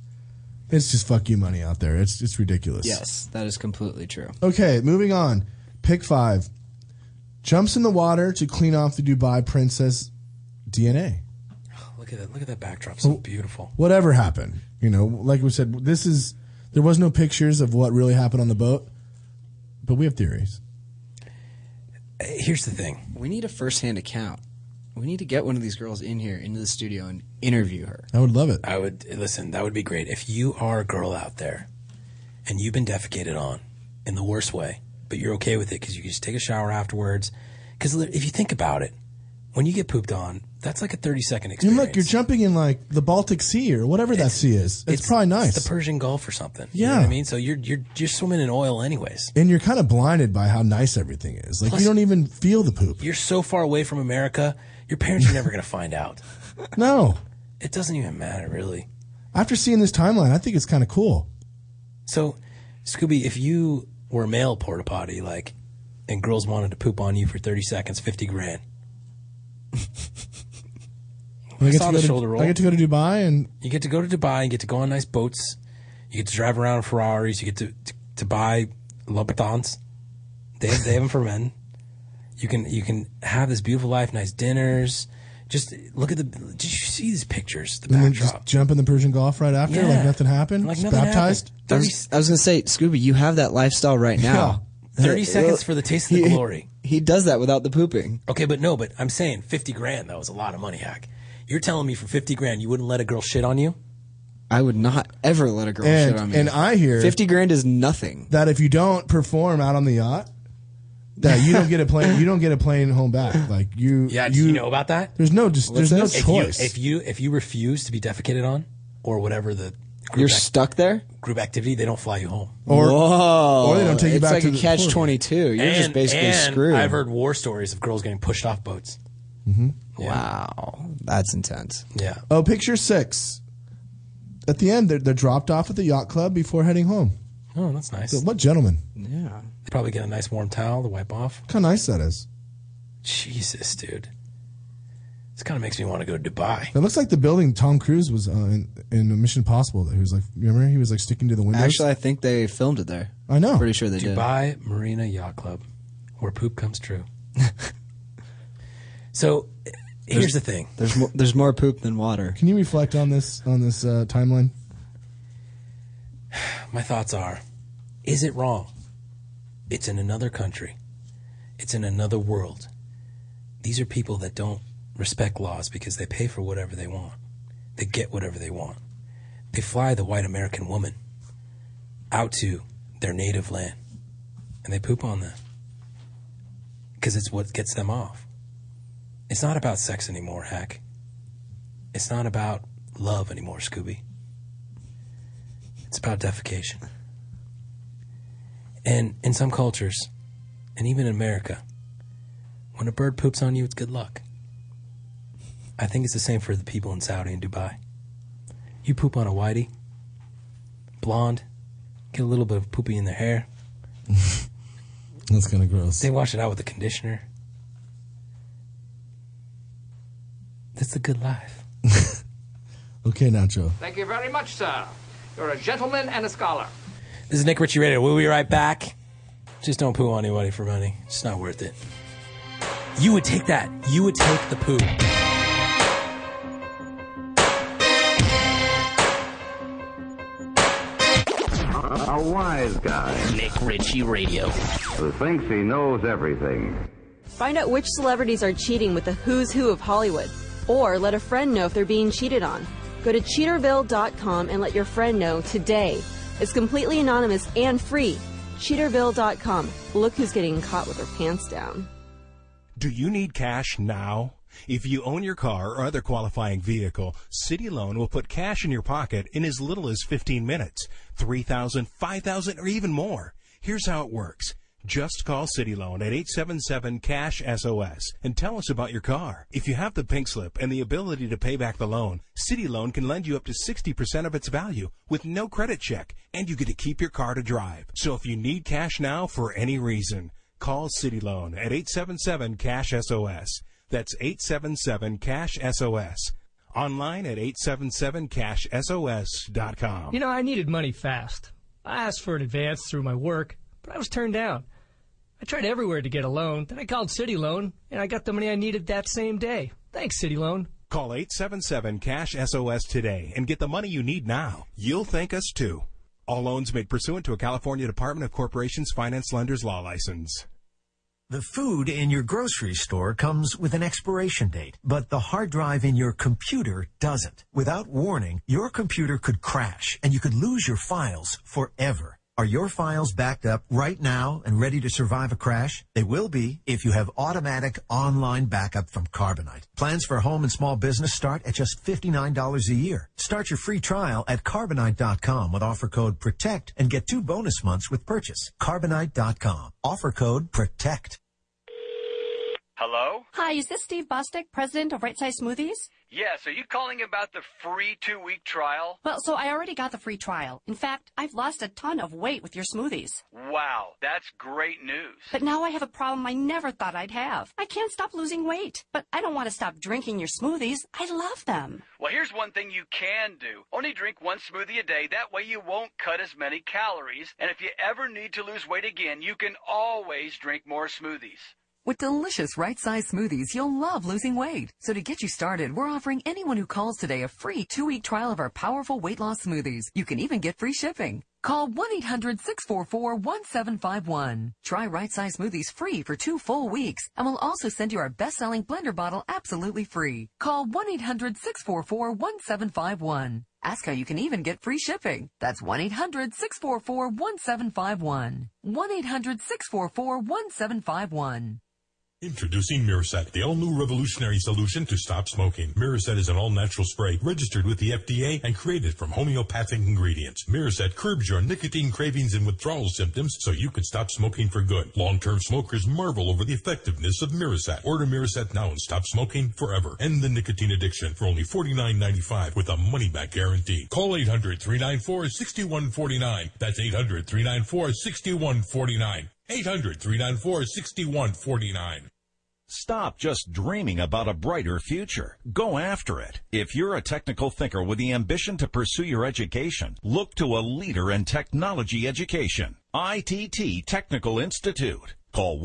I: it's just fuck you money out there. It's it's ridiculous.
H: yes, that is completely true.
I: Okay, moving on. Pick five. Jumps in the water to clean off the Dubai princess DNA.
G: Look at that! Look at that backdrop. So beautiful.
I: Whatever happened, you know, like we said, this is there was no pictures of what really happened on the boat, but we have theories.
G: Uh, Here's the thing.
H: We need a first-hand account. We need to get one of these girls in here into the studio and interview her.
I: I would love it.
G: I would listen. That would be great. If you are a girl out there and you've been defecated on in the worst way, but you're okay with it because you can just take a shower afterwards. Because if you think about it, when you get pooped on, that's like a 30 second
I: You
G: experience.
I: look, you're jumping in like the Baltic Sea or whatever that sea is. It's, probably nice,
G: It's the Persian Gulf or something. You
I: Yeah.
G: know what I mean, so you're you're you're swimming in oil anyways.
I: and you're kind of blinded by how nice everything is. Like
G: Plus-
I: you don't even feel the poop.
G: You're so far away from America, your parents are never going to find out.
I: No,
G: It doesn't even matter really.
I: after seeing this timeline, I think it's kind of cool.
G: So, Scooby, if you were a male porta potty, like, and girls wanted to poop on you for 30 seconds,
I: *laughs*
G: 50 grand. I,
I: I get
G: saw
I: to
G: the
I: go to-
G: shoulder roll.
I: I get to go to Dubai and
G: you get to go to Dubai and get to go on nice boats. You get to drive around in Ferraris. You get to, to, to buy Louboutins. They have, they have them for men. You can you can have this beautiful life, nice dinners. Just look at the. Did you see these pictures? The
I: and then
G: backdrop.
I: just jump in the Persian Gulf right after,
G: Yeah.
I: like nothing happened.
G: Like
I: Just
G: nothing
I: baptized.
G: happened.
H: I was, I was gonna say, Scooby, you have that lifestyle right now.
G: Yeah. 30 seconds for the taste of the
H: He-
G: glory.
H: He does that without the pooping.
G: Okay, but no, but I'm saying 50 grand, that was a lot of money, Hack. You're telling me for 50 grand you wouldn't let a girl shit on you?
H: I would not ever let a girl
I: And-
H: shit on me.
I: and I hear-
H: fifty grand is nothing.
I: That if you don't perform out on the yacht, that you don't get a plane. You don't get a plane home back. Like you.
G: Yeah, do you know about that?
I: There's no. Just, there's no
G: If you-
I: choice.
G: If you, if you refuse to be defecated on or whatever the group
H: You're stuck there,
G: group activity, they don't fly you home.
I: or
H: Whoa.
I: or they don't take you
H: It's
I: back
H: like
I: to
H: a
I: the
H: catch
I: port.
H: twenty two. You're just
G: And-
H: basically
G: and
H: screwed.
G: I've heard war stories of girls getting pushed off boats.
H: Wow, that's intense.
G: Yeah.
I: Oh, picture six. At the end, they're, they're dropped off at the yacht club before heading home.
G: Oh, that's nice.
I: So what gentleman?
H: Yeah.
G: They probably get a nice warm towel to wipe off.
I: Look how nice that *laughs* is.
G: Jesus, dude. This kind of makes me want to go to Dubai.
I: It looks like the building Tom Cruise was uh, in, in Mission Impossible. That he was like, remember, he was like sticking to the windows.
H: Actually, I think they filmed it there.
I: I know.
H: Pretty sure they did.
G: Dubai Marina Yacht Club, where poop comes true. so eh, here's the thing.
H: There's more, there's more poop than water.
I: Can you reflect on this on this uh, timeline?
G: My thoughts are is it wrong? It's in another country, it's in another world. These are people that don't respect laws because they pay for whatever they want, they get whatever they want. They fly the white American woman out to their native land and they poop on them because it's what gets them off. It's not about sex anymore, heck. It's not about love anymore, Scooby. It's about defecation. And in some cultures, and even in America, when a bird poops on you, it's good luck. I think it's the same for the people in Saudi and Dubai. You poop on a whitey, blonde, get a little bit of poopy in their hair.
I: That's kind of gross.
G: They wash it out with a conditioner. That's the good life.
I: *laughs* Okay, Nacho.
P: Thank you very much, sir. You're a gentleman and a scholar.
G: This is Nick Ritchie Radio. We'll be right back. Just don't poo on anybody for money. It's not worth it. You would take that. You would take the poo.
Q: A wise guy. Nick Ritchie Radio. Who thinks he knows everything.
R: Find out which celebrities are cheating with the who's who of Hollywood, or let a friend know if they're being cheated on. Go to cheaterville.com and let your friend know today. It's completely anonymous and free. Cheaterville.com. Look who's getting caught with her pants down.
S: Do you need cash now? If you own your car or other qualifying vehicle, City Loan will put cash in your pocket in as little as 15 minutes, 3,000, 5,000 or even more. Here's how it works. Just call City Loan at 877 Cash SOS and tell us about your car. If you have the pink slip and the ability to pay back the loan, City Loan can lend you up to 60% of its value with no credit check, and you get to keep your car to drive. So if you need cash now for any reason, call City Loan at 877 Cash SOS. That's 877 Cash SOS. Online at 877cashsos.com.
T: You know, I needed money fast. I asked for an advance through my work, but I was turned down. I tried everywhere to get a loan. Then I called City Loan, and I got the money I needed that same day. Thanks, City Loan.
S: Call 877 Cash SOS today and get the money you need now. You'll thank us too. All loans made pursuant to a California Department of Corporations Finance Lenders Law License.
U: The food in your grocery store comes with an expiration date, but the hard drive in your computer doesn't. Without warning, your computer could crash and you could lose your files forever. Are your files backed up right now and ready to survive a crash? They will be if you have automatic online backup from Carbonite. Plans for home and small business start at just $59 a year. Start your free trial at carbonite.com with offer code PROTECT and get two bonus months with purchase. Carbonite.com. Offer code PROTECT.
V: Hello?
W: Hi, is this Steve Bostick, president of Right Size Smoothies?
V: Yes, are you calling about the free two week trial?
W: Well, so I already got the free trial. In fact, I've lost a ton of weight with your smoothies.
V: Wow, that's great news.
W: But now I have a problem I never thought I'd have. I can't stop losing weight, but I don't want to stop drinking your smoothies. I love them.
V: Well, here's one thing you can do only drink one smoothie a day. That way you won't cut as many calories. And if you ever need to lose weight again, you can always drink more smoothies.
X: With delicious right-sized smoothies, you'll love losing weight. So to get you started, we're offering anyone who calls today a free two-week trial of our powerful weight loss smoothies. You can even get free shipping. Call 1-800-644-1751. Try right-sized smoothies free for two full weeks, and we'll also send you our best-selling blender bottle absolutely free. Call 1-800-644-1751. Ask how you can even get free shipping. That's 1-800-644-1751. 1-800-644-1751.
Y: Introducing Miraset, the all-new revolutionary solution to stop smoking. Miraset is an all-natural spray registered with the FDA and created from homeopathic ingredients. Miraset curbs your nicotine cravings and withdrawal symptoms so you can stop smoking for good. Long-term smokers marvel over the effectiveness of Miraset. Order Miraset now and stop smoking forever. End the nicotine addiction for only $49.95 with a money-back guarantee. Call 800-394-6149. That's 800-394-6149. 800 394 6149.
Z: Stop just dreaming about a brighter future. Go after it. If you're a technical thinker with the ambition to pursue your education, look to a leader in technology education. ITT Technical Institute. Call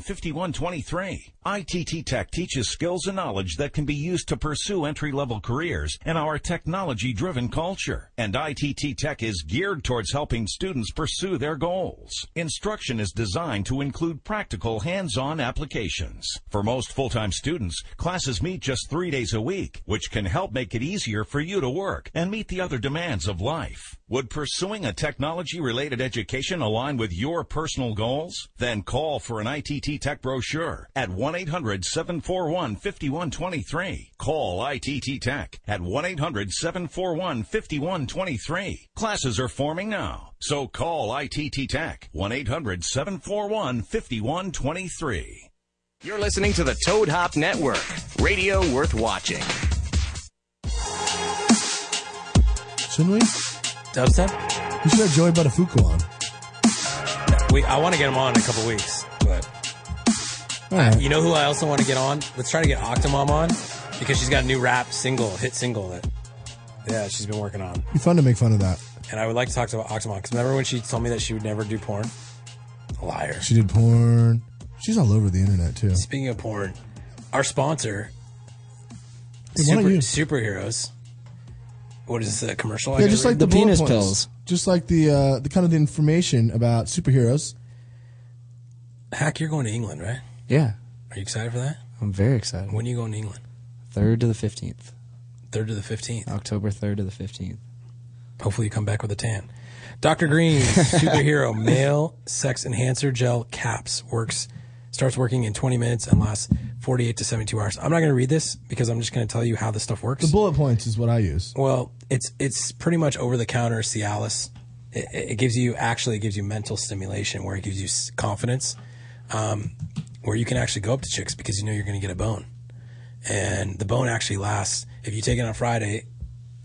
Z: 1-800-741-5123. ITT Tech teaches skills and knowledge that can be used to pursue entry-level careers in our technology-driven culture. And ITT Tech is geared towards helping students pursue their goals. Instruction is designed to include practical hands-on applications. For most full-time students, classes meet just three days a week, which can help make it easier for you to work and meet the other demands of life. Would pursuing a technology-related education align with your personal goals? Then call for an ITT Tech brochure at 1-800-741-5123. Call ITT Tech at 1-800-741-5123. Classes are forming now. So call ITT Tech 1-800-741-5123.
B: You're listening to the Toad Hop Network, radio worth watching.
I: Shouldn't we?
G: Dubstep?
I: We should have Joey Buttafuoco on.
G: We, I want to get him on in a couple weeks, but I- you know who I also want to get on? Let's try to get Octomom on because she's got a new rap single, hit single that yeah she's been working on.
I: It'd be fun to make fun of that.
G: And I would like to talk to Octomom because remember when she told me that she would never do porn? Liar.
I: She did porn. She's all over the internet too.
G: Speaking of porn, our sponsor,
I: Hey, why don't
G: super,
I: you-
G: superheroes. What is the commercial? I
I: yeah,
G: gotta
I: just like
G: read?
I: the, bullet points. Just like the uh, the kind of the information about superheroes.
G: Hack, you're going to England, right?
H: Yeah,
G: Are you excited for that?
H: I'm very excited.
G: When are you going to England?
H: Third to the fifteenth,
G: Third to the fifteenth.
H: October third to the fifteenth.
G: Hopefully, you come back with a tan. Dr. Green, superhero male sex enhancer gel caps works starts working in 20 minutes and lasts 48 to 72 hours. I'm not going to read this because I'm just going to tell you how this stuff works.
I: The bullet points is what I use.
G: Well, it's it's pretty much over the counter Cialis. It, it gives you actually it gives you mental stimulation where it gives you s- confidence, um, where you can actually go up to chicks because you know you're going to get a bone, and the bone actually lasts. If you take it on Friday,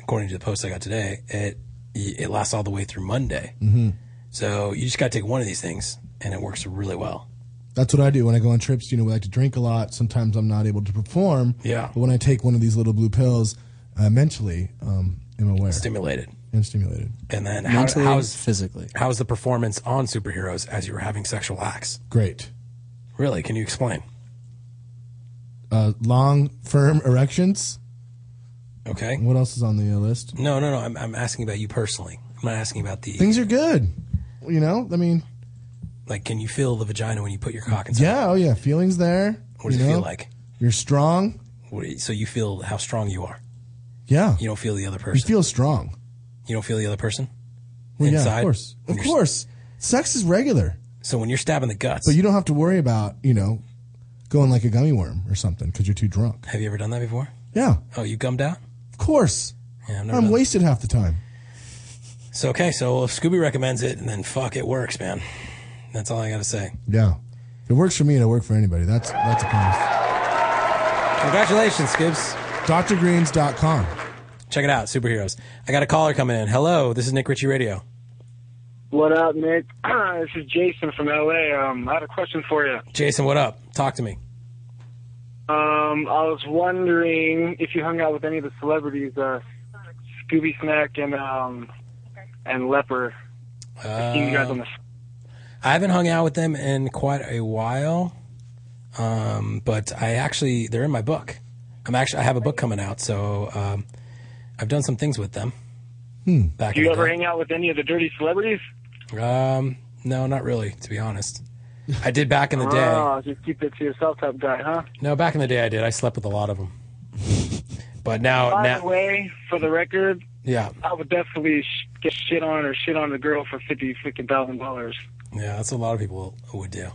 G: according to the post I got today, it it lasts all the way through Monday.
I: Mm-hmm.
G: So you just got to take one of these things, and it works really well.
I: That's what I do when I go on trips. You know, we like to drink a lot. Sometimes I'm not able to perform.
G: Yeah.
I: But when I take one of these little blue pills, uh, mentally, um, I'm aware.
G: Stimulated.
I: And stimulated.
G: And then how,
I: Mentally,
G: how's
H: physically?
G: How's the performance on superheroes as you were having sexual acts?
I: Great.
G: Really? Can you explain?
I: Uh, long, firm erections.
G: Okay.
I: What else is on the uh, list?
G: No, no, no. I'm, I'm asking about you personally. I'm not asking about the
I: Things are good. You know, I mean,
G: like. Can you feel the vagina when you put your cock inside?
I: yeah, oh yeah, feelings there.
G: What does
I: you
G: it feel
I: know?
G: like?
I: You're strong.
G: What do you- so you feel how strong you are.
I: Yeah.
G: You don't feel the other
I: Oh. You
G: person.
I: feel strong.
G: You don't feel the other person.
I: Well, yeah,
G: Inside?
I: of course.
G: When
I: Of
G: you're-
I: course. Sex is regular.
G: So when you're stabbing the guts,
I: But you don't have to worry about, you know, going like a gummy worm or something because you're too drunk.
G: have you ever done that before?
I: Yeah,
G: Oh, you gummed out.
I: of course.
G: Yeah, I've never
I: I'm
G: done
I: wasted half the time.
G: that. So okay, so if Scooby recommends it, and then fuck, it works, man. That's all I got to say.
I: Yeah. If it works for me, it'll work for anybody. That's that's a promise.
G: Congratulations, Skips.
I: DrGreens.com.
G: Check it out, superheroes. I got a caller coming in. Hello, this is Nick Ritchie Radio.
N: What up, Nick? *clears throat* this is Jason from LA. Um, I had a question for you.
G: Jason, what up? Talk to me.
N: Um, I was wondering if you hung out with any of the celebrities, uh, Scooby Snack and um, and Leper. I seen you guys on the.
G: I haven't hung out with them in quite a while, um, but I actually they're in my book. I'm actually I have a book coming out, so um, I've done some things with them.
I: Hmm.
G: Back
N: Do you
G: in the
N: ever hang out with any of the dirty celebrities?
G: day. Um, no, not really, to be honest. I did back in the day.
N: Oh, just keep it to yourself, type guy, huh?
G: No, back in the day I did. I slept with a lot
I: *laughs*
G: of them. But now,
N: By
G: now,
N: the way, for the record,
G: yeah,
N: I would definitely sh- get shit on or shit on the girl for fifty freaking thousand dollars.
G: yeah, that's what a lot of people would do.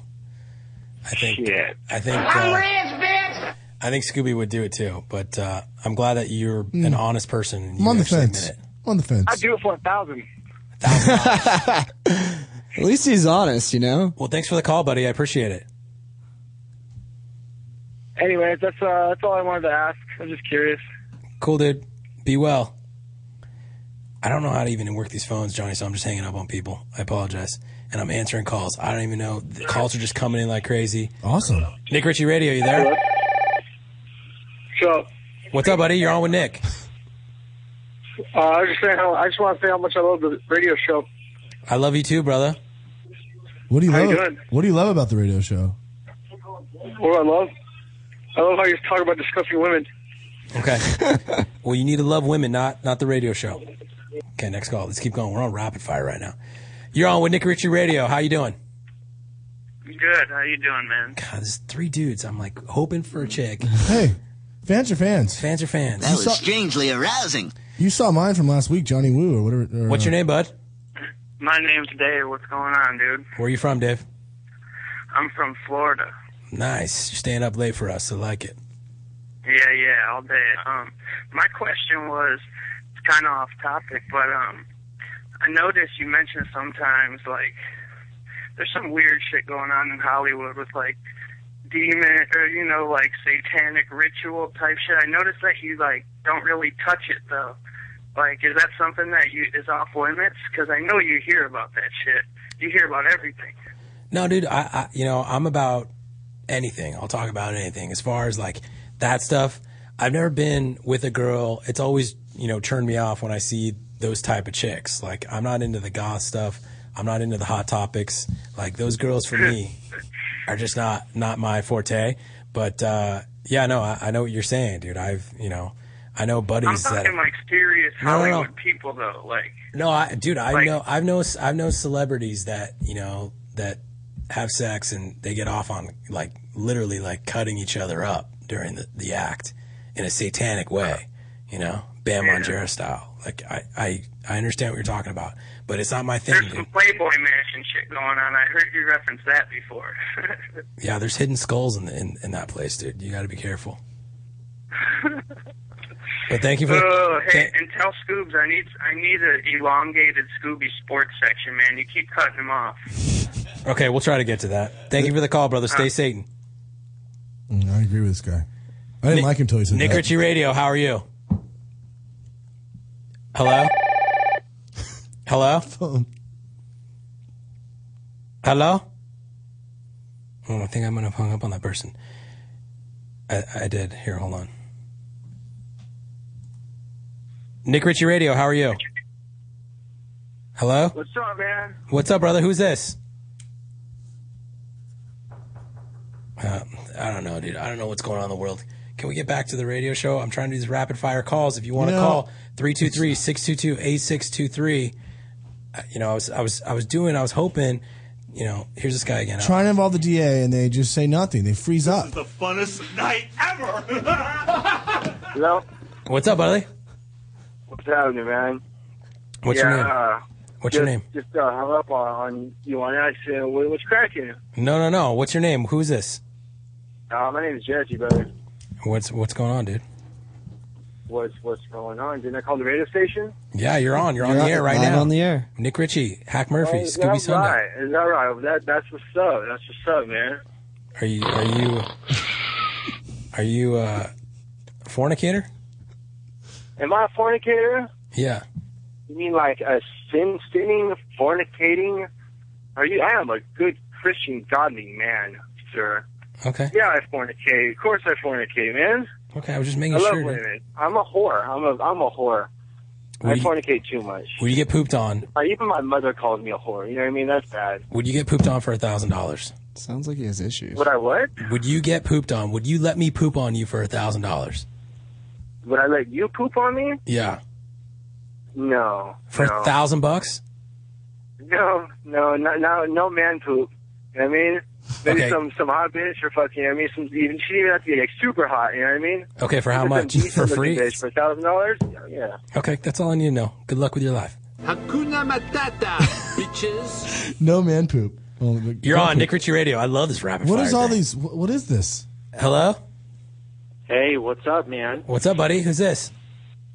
G: I think.
N: Shit.
G: I think.
N: I'm
G: uh,
N: rich, bitch.
G: I think Scooby would do it too, but uh, I'm glad that you're an honest person. And
I: Mm. I'm
G: you
I: on the
G: actually admit
I: fence.
G: it.
I: I'm on the fence.
N: I'd do it for a thousand.
H: At least he's honest, you know?
G: Well, thanks for the call, buddy. I appreciate it.
N: Anyways, that's uh, that's all I wanted to ask. I'm just curious.
G: Cool, dude. Be well. I don't know how to even work these phones, Johnny, so I'm just hanging up on people. I apologize. And I'm answering calls. I don't even know. The calls are just coming in like crazy.
I: Awesome.
G: Nick Ritchie Radio, you there?
N: So,
G: What's up, buddy? You're on with Nick.
N: uh, I was just saying, how, I just want to say how much I love the radio show.
G: I love you too, brother.
I: What do you
N: How
I: love?
N: you doing?
I: What do you love about the radio show?
N: What do I love? I love how you talk about discussing women.
I: *laughs*
G: Okay. well, you need to love women, not not the radio show. Okay, next call. Let's keep going. We're on rapid fire right now. You're on with Nick Ritchie Radio. How you doing?
E: Good. How you doing, man?
G: God, there's three dudes. I'm like hoping for a chick.
I: Hey, fans are fans.
G: Fans are fans.
I: You saw,
E: strangely arousing.
I: you saw mine from last week, Johnny Woo or whatever. or,
G: What's your
I: uh,
G: name, bud?
E: My name's Dave. What's going on, dude?
G: Where are you from, Dave?
E: I'm from Florida.
G: Nice. You're staying up late for us. I like it.
E: Yeah, yeah, all day.
G: Uh,
E: Um, my question was kind of off topic, but um, I noticed you mentioned sometimes like there's some weird shit going on in Hollywood with like demon or you know like satanic ritual type shit. I noticed that you like don't really touch it though. Like, is that something that you is off limits? Because I know you hear about that shit. You hear about everything.
G: No, dude. I, I you know I'm about anything. I'll talk about anything. As far as like that stuff, I've never been with a girl. It's always you know turned me off when I see those type of chicks. Like I'm not into the goth stuff. I'm not into the hot topics. Like those girls for
E: *laughs*
G: me are just not not my forte. But uh, yeah, no, I, I know what you're saying, dude. I've you know I know
E: I'm
G: buddies that
E: talking like serious
G: No, no, no.
E: Hollywood people though, like.
G: No, I, dude, I
E: Like-
G: know, I've known, I've known celebrities that you know that have sex and they get off on like literally like cutting each other up during the, the act in a satanic way, you know, Bam Margera style. Like I, I, I understand what you're talking about, but it's not my thing,
E: There's
G: dude.
E: some Playboy Mansion shit going on. I heard you reference that
C: *laughs*
E: before.
G: Yeah, there's hidden skulls in the, in, in that place, dude. You got to be careful. But thank you for.
C: Oh, hey,
G: thank-
C: and tell Scoobs I need I need an elongated Scooby Sports section, man. You keep cutting them off.
G: okay, we'll try to get to that. Thank you for the call, brother.
E: Uh,
G: Stay Satan.
I: Mm, I agree with this guy. I didn't like him till he said
G: Nick
I: that.
G: Ritchie Radio. How are you? Hello. Hello. Hello. Oh, I think I might have hung up on that person. I, I did. Here, hold on. Nick Ritchie Radio. How are you? Hello.
E: What's up, man?
G: What's up, brother? Who's this? Uh, I don't know, dude. I don't know what's going on in the world. Can we get back to the radio show? I'm trying to do these rapid fire calls. If you want to
I: You know-
G: call 323 622 8623. Uh, You know, I was, I was, I was doing, I was hoping, you know, here's this guy again.
I: Trying to involve the DA and they just say nothing. They freeze up.
G: the funnest night.
E: *laughs* Hello?
G: What's up, buddy?
E: What's happening, man?
G: What's your
E: yeah,
G: name?
E: Uh,
G: What's
E: just,
G: your name?
E: Just uh, hung up on, on you on accident. What, what's cracking?
G: No, no, no. What's your name? Who's this?
E: Uh, my name's Jesse, brother.
G: What's, what's going on, dude?
E: What's what's going on? Didn't I call the radio station?
G: Yeah, you're on. You're, on
H: You're
G: the air right
H: live
G: now.
H: on the air.
G: Nick Ritchie, Hack Murphy,
E: Oh, is
G: Scooby
E: that
G: Sunday.
E: right? Is that right? That that's what's up. That's what's up, man.
G: Are you are you are you uh, a fornicator?
E: Am I a fornicator?
G: Yeah.
E: You mean like a sin sinning, fornicating? Are you? I am a good Christian, godly man, sir.
G: Okay.
E: Yeah, I fornicate. Of course, I fornicate, man.
G: Okay. I was just making
E: I love
G: sure. dude.
E: women. I'm a whore. I'm a I'm a whore.
G: Would
E: I
G: you-
E: fornicate too much.
G: Would you get pooped on?
E: Uh, even my mother calls me a whore. You know what I mean? That's bad.
G: Would you get pooped on for a thousand dollars?
H: Sounds like he has issues.
E: Would I what?
G: Would you get pooped on? Would you let me poop on you for a thousand dollars?
E: Would I let you poop on me?
G: Yeah.
E: No.
G: For
E: no.
G: a thousand bucks?
E: No, no, no, no, no man poop. You know what I mean? Maybe
G: Okay.
E: some some hot bitch or fucking. You know what I mean, some even she didn't even have to be like super hot. You know what I mean?
G: Okay, for how
E: Just some
G: much? *laughs*
E: decent
G: For
E: looking
G: free?
E: Bitch, for thousand dollars? Yeah.
G: Okay, that's all I need to know. Good luck with your life.
P: Hakuna
G: *laughs*
P: Matata, bitches.
I: No man poop. Well, the-
G: You're
I: God
G: on
I: poop.
G: Nick Ritchie Radio. I love this rapid
I: What
G: fire
I: is all
G: thing.
I: these? wh- What is this?
G: Hello?
F: Hey, what's up, man?
G: What's up, buddy? Who's this?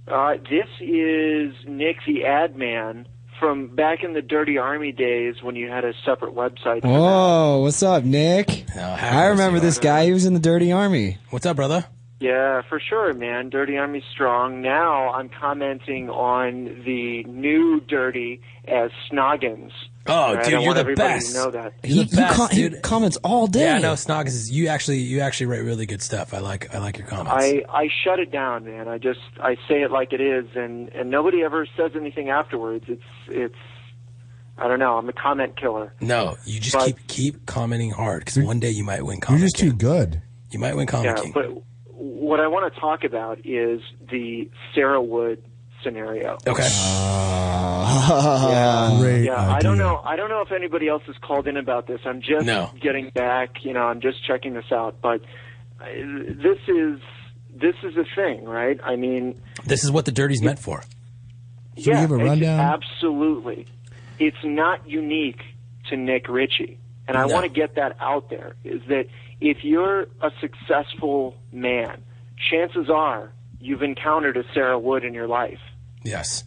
F: Uh, this is Nick the ad man from back in the Dirty Army days when you had a separate website.
G: Oh.
H: Whoa, Oh, what's up, Nick? I remember this guy. He was in the Dirty Army.
G: What's up, brother?
F: Yeah, for sure, man. Dirty Army strong. Now I'm commenting on the new Dirty as Snoggins.
G: Oh,
F: Right?
G: dude,
F: I
G: you're
F: want
G: the
F: everybody
G: best.
F: to know that.
G: You're the best,
H: co- he
G: dude.
H: comments all day.
G: Yeah, no, Snoggins is you actually you actually write really good stuff. I like I like your comments.
F: I, I shut it down, man. I just I say it like it is, and and nobody ever says anything afterwards. It's it's I don't know. I'm a comment killer.
G: no, you just
F: But-
G: keep keep commenting hard because one day you might win comic.
I: You're just too good.
G: You might win comic.
F: yeah, but what I want to talk about is the Sarah Wood scenario.
G: Okay.
H: Oh. Uh,
F: yeah,
I: Great
F: yeah. I don't know. I don't know if anybody else has called in about this. I'm just
G: No.
F: getting back. You know, I'm just checking this out. But uh, this is this is a thing, right? I mean,
G: This is what the dirty's meant for.
F: So yeah, it's- absolutely. It's not unique to Nick Ritchie. And I
G: No.
F: want to get that out there is that if you're a successful man, chances are you've encountered a Sarah Wood in your life.
G: Yes.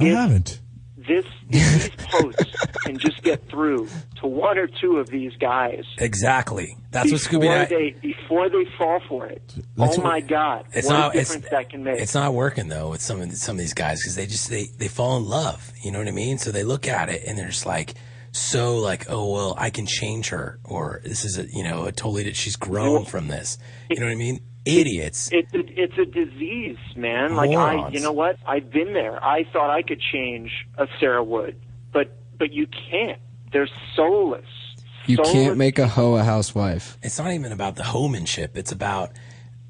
I: I haven't.
G: *laughs*
F: This these posts can just get through to one or two of these guys.
G: Exactly. That's what
F: before
G: Scooby. Doo-
F: they before they fall for it.
G: That's what-
F: oh my God!
G: It's
F: what
G: not.
F: a
G: It's,
F: difference that can make.
G: it's not working though with some of some of these guys because they just they they fall in love. You know what I mean? So they look at it and they're just like so like oh well I can change her or this is a you know a totally that she's grown from this. You know what I mean? Idiots.
F: It's a, it's a disease, man. Like I,
G: Morons.
F: you know what? I've been there. I thought I could change a Sarah Wood, but but you can't. They're soulless.
H: You
F: soulless.
H: can't make a hoe a housewife.
G: It's not even about the homemanship. It's about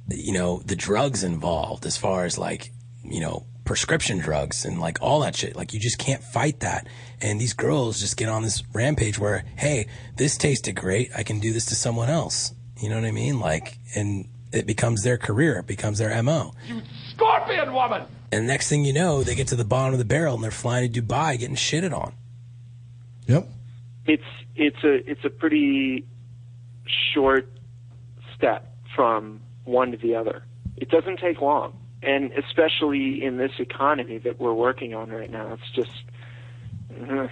G: you know the drugs involved as far as like you know prescription drugs and like all that shit like you just can't fight that and these girls just get on this rampage where hey this tasted great i can do this to someone else you know what i mean like and it becomes their career it becomes their mo
P: Scorpion woman.
G: and next thing you know they get to the bottom of the barrel and they're flying to dubai getting shitted on
F: It's it's a it's a pretty short step from one to the other. It doesn't take long. and especially in this economy that we're working on right now, it's just. uh,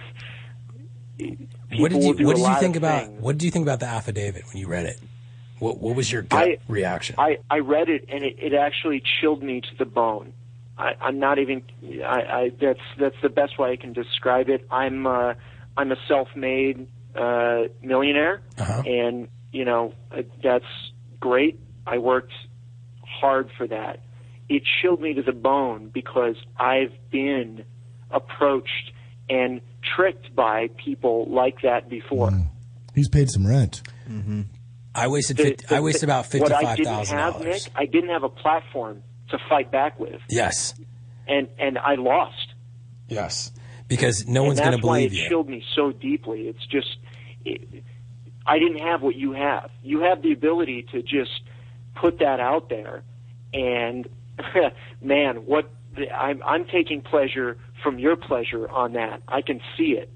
G: What
F: people
G: did
F: will
G: you
F: do
G: What
F: a
G: did you
F: lot
G: think
F: of
G: about
F: things.
G: What did you think about the affidavit when you read it? What What was your gut
F: I-
G: reaction?
F: I, I read it and it, it actually chilled me to the bone. I, I'm not even. I, I that's that's the best way I can describe it. I'm uh, I'm a self-made uh, millionaire, and you know uh, that's great. I worked hard for that. It chilled me to the bone because I've been approached and tricked by people like that before.
I: He's paid some rent.
G: Mm-hmm. I wasted.
F: The-
G: 50,
F: the-
G: I wasted about
F: what I
G: fifty-five
F: didn't
G: thousand
F: have,
G: dollars.
F: Nick, I didn't have a platform to fight back with,
G: Yes,
F: and and I lost.
G: yes, because no
F: and
G: one's
F: that's
G: going to believe
F: why it
G: you.
F: chilled me so deeply. It's just it, I didn't have what you have. You have the ability to just put that out there, and *laughs* man, what I'm I'm taking pleasure from your pleasure on that. I can see it.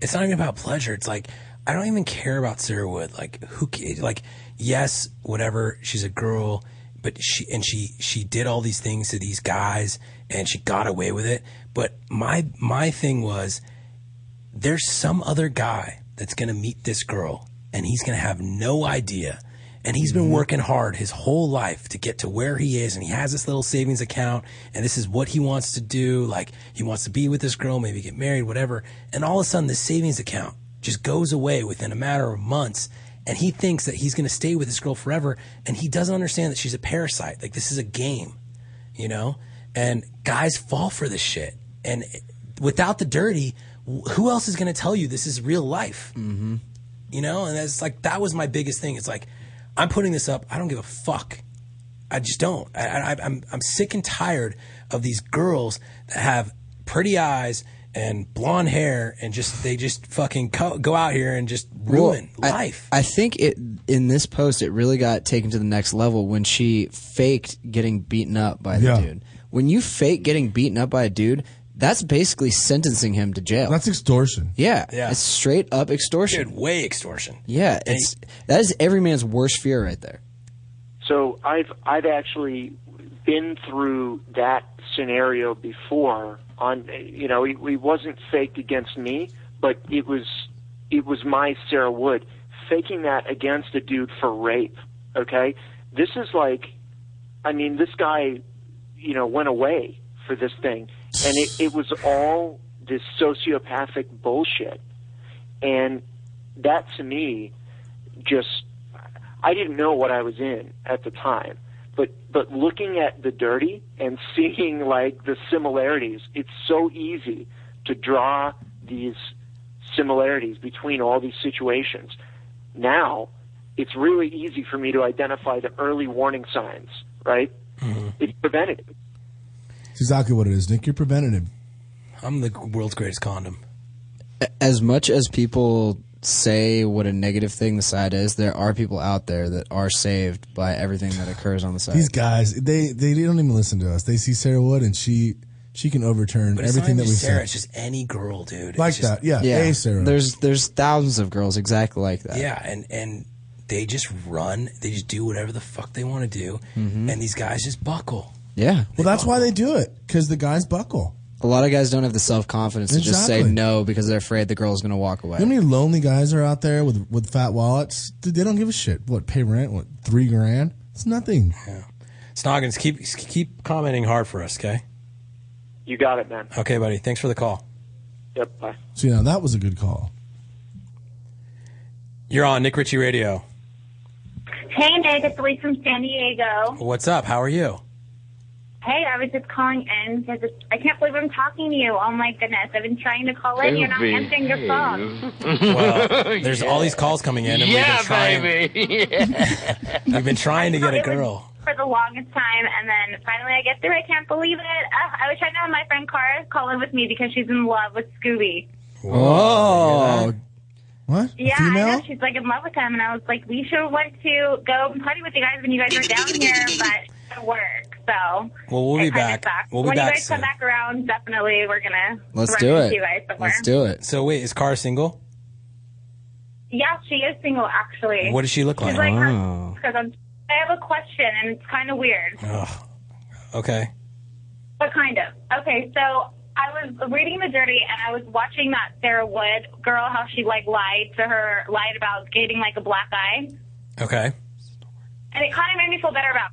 G: it's not even about pleasure. It's like I don't even care about Sarah Wood. Like who? ca- Like yes, whatever. She's a girl, but she and she she did all these things to these guys, and she got away with it. But my my thing was, there's some other guy that's gonna meet this girl, and he's gonna have no idea. And he's been working hard his whole life to get to where he is, and he has this little savings account, and this is what he wants to do. Like he wants to be with this girl, maybe get married, whatever. And all of a sudden, this savings account just goes away within a matter of months, and he thinks that he's going to stay with this girl forever, and he doesn't understand that she's a parasite. Like this is a game, you know. And guys fall for this shit, and without the dirty, wh- who else is going to tell you this is real life?
H: Mm-hmm.
G: you know and that's like that was my biggest thing it's like i'm putting this up i don't give a fuck i just don't I, I, I'm, I'm sick and tired of these girls that have pretty eyes and blonde hair and just they just fucking co- go out here and just ruin
H: Well, I-
G: life
H: I, think it in this post it really got taken to the next level when she faked getting beaten up by the
G: Yeah.
H: dude. When you fake getting beaten up by a dude, that's basically sentencing him to jail.
I: That's extortion.
H: Yeah,
G: Yeah.
H: it's straight up extortion.
G: Dude, way extortion
H: Yeah,
G: And-
H: it's that is every man's worst fear right there.
F: So I've I've actually been through that scenario before. On you know, it, it wasn't faked against me, but it was it was my Sarah Wood faking that against a dude for rape. Okay, this is like, I mean, this guy, you know, went away for this thing, and it, it was all this sociopathic bullshit, and that to me just I didn't know what I was in at the time. But but looking at the dirty and *laughs* seeing like the similarities, it's so easy to draw these similarities between all these situations. Now, it's really easy for me to identify the early warning signs, right? It's preventative.
I: It's exactly what it is, Nick. You're preventative.
G: i'm the world's greatest condom
H: As much as people say what a negative thing the side is, there are people out there that are saved by everything that occurs on the side.
I: These guys, they they don't even listen to us. They see Sarah Wood and she she can overturn
G: but it's
I: everything
G: not
I: that
G: even
I: we
G: just sarah
I: say.
G: it's just any girl dude It's
I: Like that,
G: just-
I: yeah. Hey, Sarah.
H: There's there's thousands of girls exactly like that.
G: yeah and and they just run they just do whatever the fuck they want to do
H: Mhm.
G: and these guys just buckle
H: Yeah.
I: Well, that's why they do it because the guys buckle.
H: A lot of guys don't have the self confidence to just say
I: Exactly.
H: no because they're afraid the girl's going to walk
I: You
H: away.
I: know how many lonely guys are out there with with fat wallets? Dude, they don't give a shit. What pay rent? What three grand? It's nothing.
G: snoggins keep keep commenting hard for us okay
F: You got it, man.
G: okay buddy thanks for the call
F: Yep. Bye.
I: So you know that was a good call.
G: You're on Nick Ritchie Radio.
D: Hey, Nick, it's Lee from San Diego.
G: What's up? How
D: *laughs*
G: are you?
D: Hey, I was just calling in because it's- I can't believe I'm talking to you. Oh my goodness, I've been trying to call in. You're not
G: Baby.
D: answering your phone.
G: Well, there's all these calls coming in, and we've
D: Yeah,
G: been trying.
D: baby.
G: we've been trying to get a
D: It was
G: girl.
D: For the longest time, and then finally I get through. I can't believe it. Uh, I was trying to have my friend Cara call in with me because she's in love with Scooby.
H: Oh.
I: What?
D: Yeah, I know she's like in love with him, and I was like, we sure want to go and party with you guys when you guys are down here, but it work. So
G: Well, we'll be
D: it kinda
G: back.
D: sucks.
G: We'll be
D: when
G: back
D: you guys
G: soon.
D: come back around, definitely we're gonna
G: Let's
D: run
G: do
D: into
G: it.
D: You guys somewhere.
G: do it. So wait, is Car single?
D: Yeah, she is single actually.
G: What does she look like?
D: She's like, because I'm. I have a question, and it's kind of weird.
G: Ugh. Okay.
D: But kind of. Okay, so I was reading The Dirty and I was watching that Sarah Wood girl, how she like lied to her, lied about getting like a black eye.
G: Okay.
D: And it kind of made me feel better about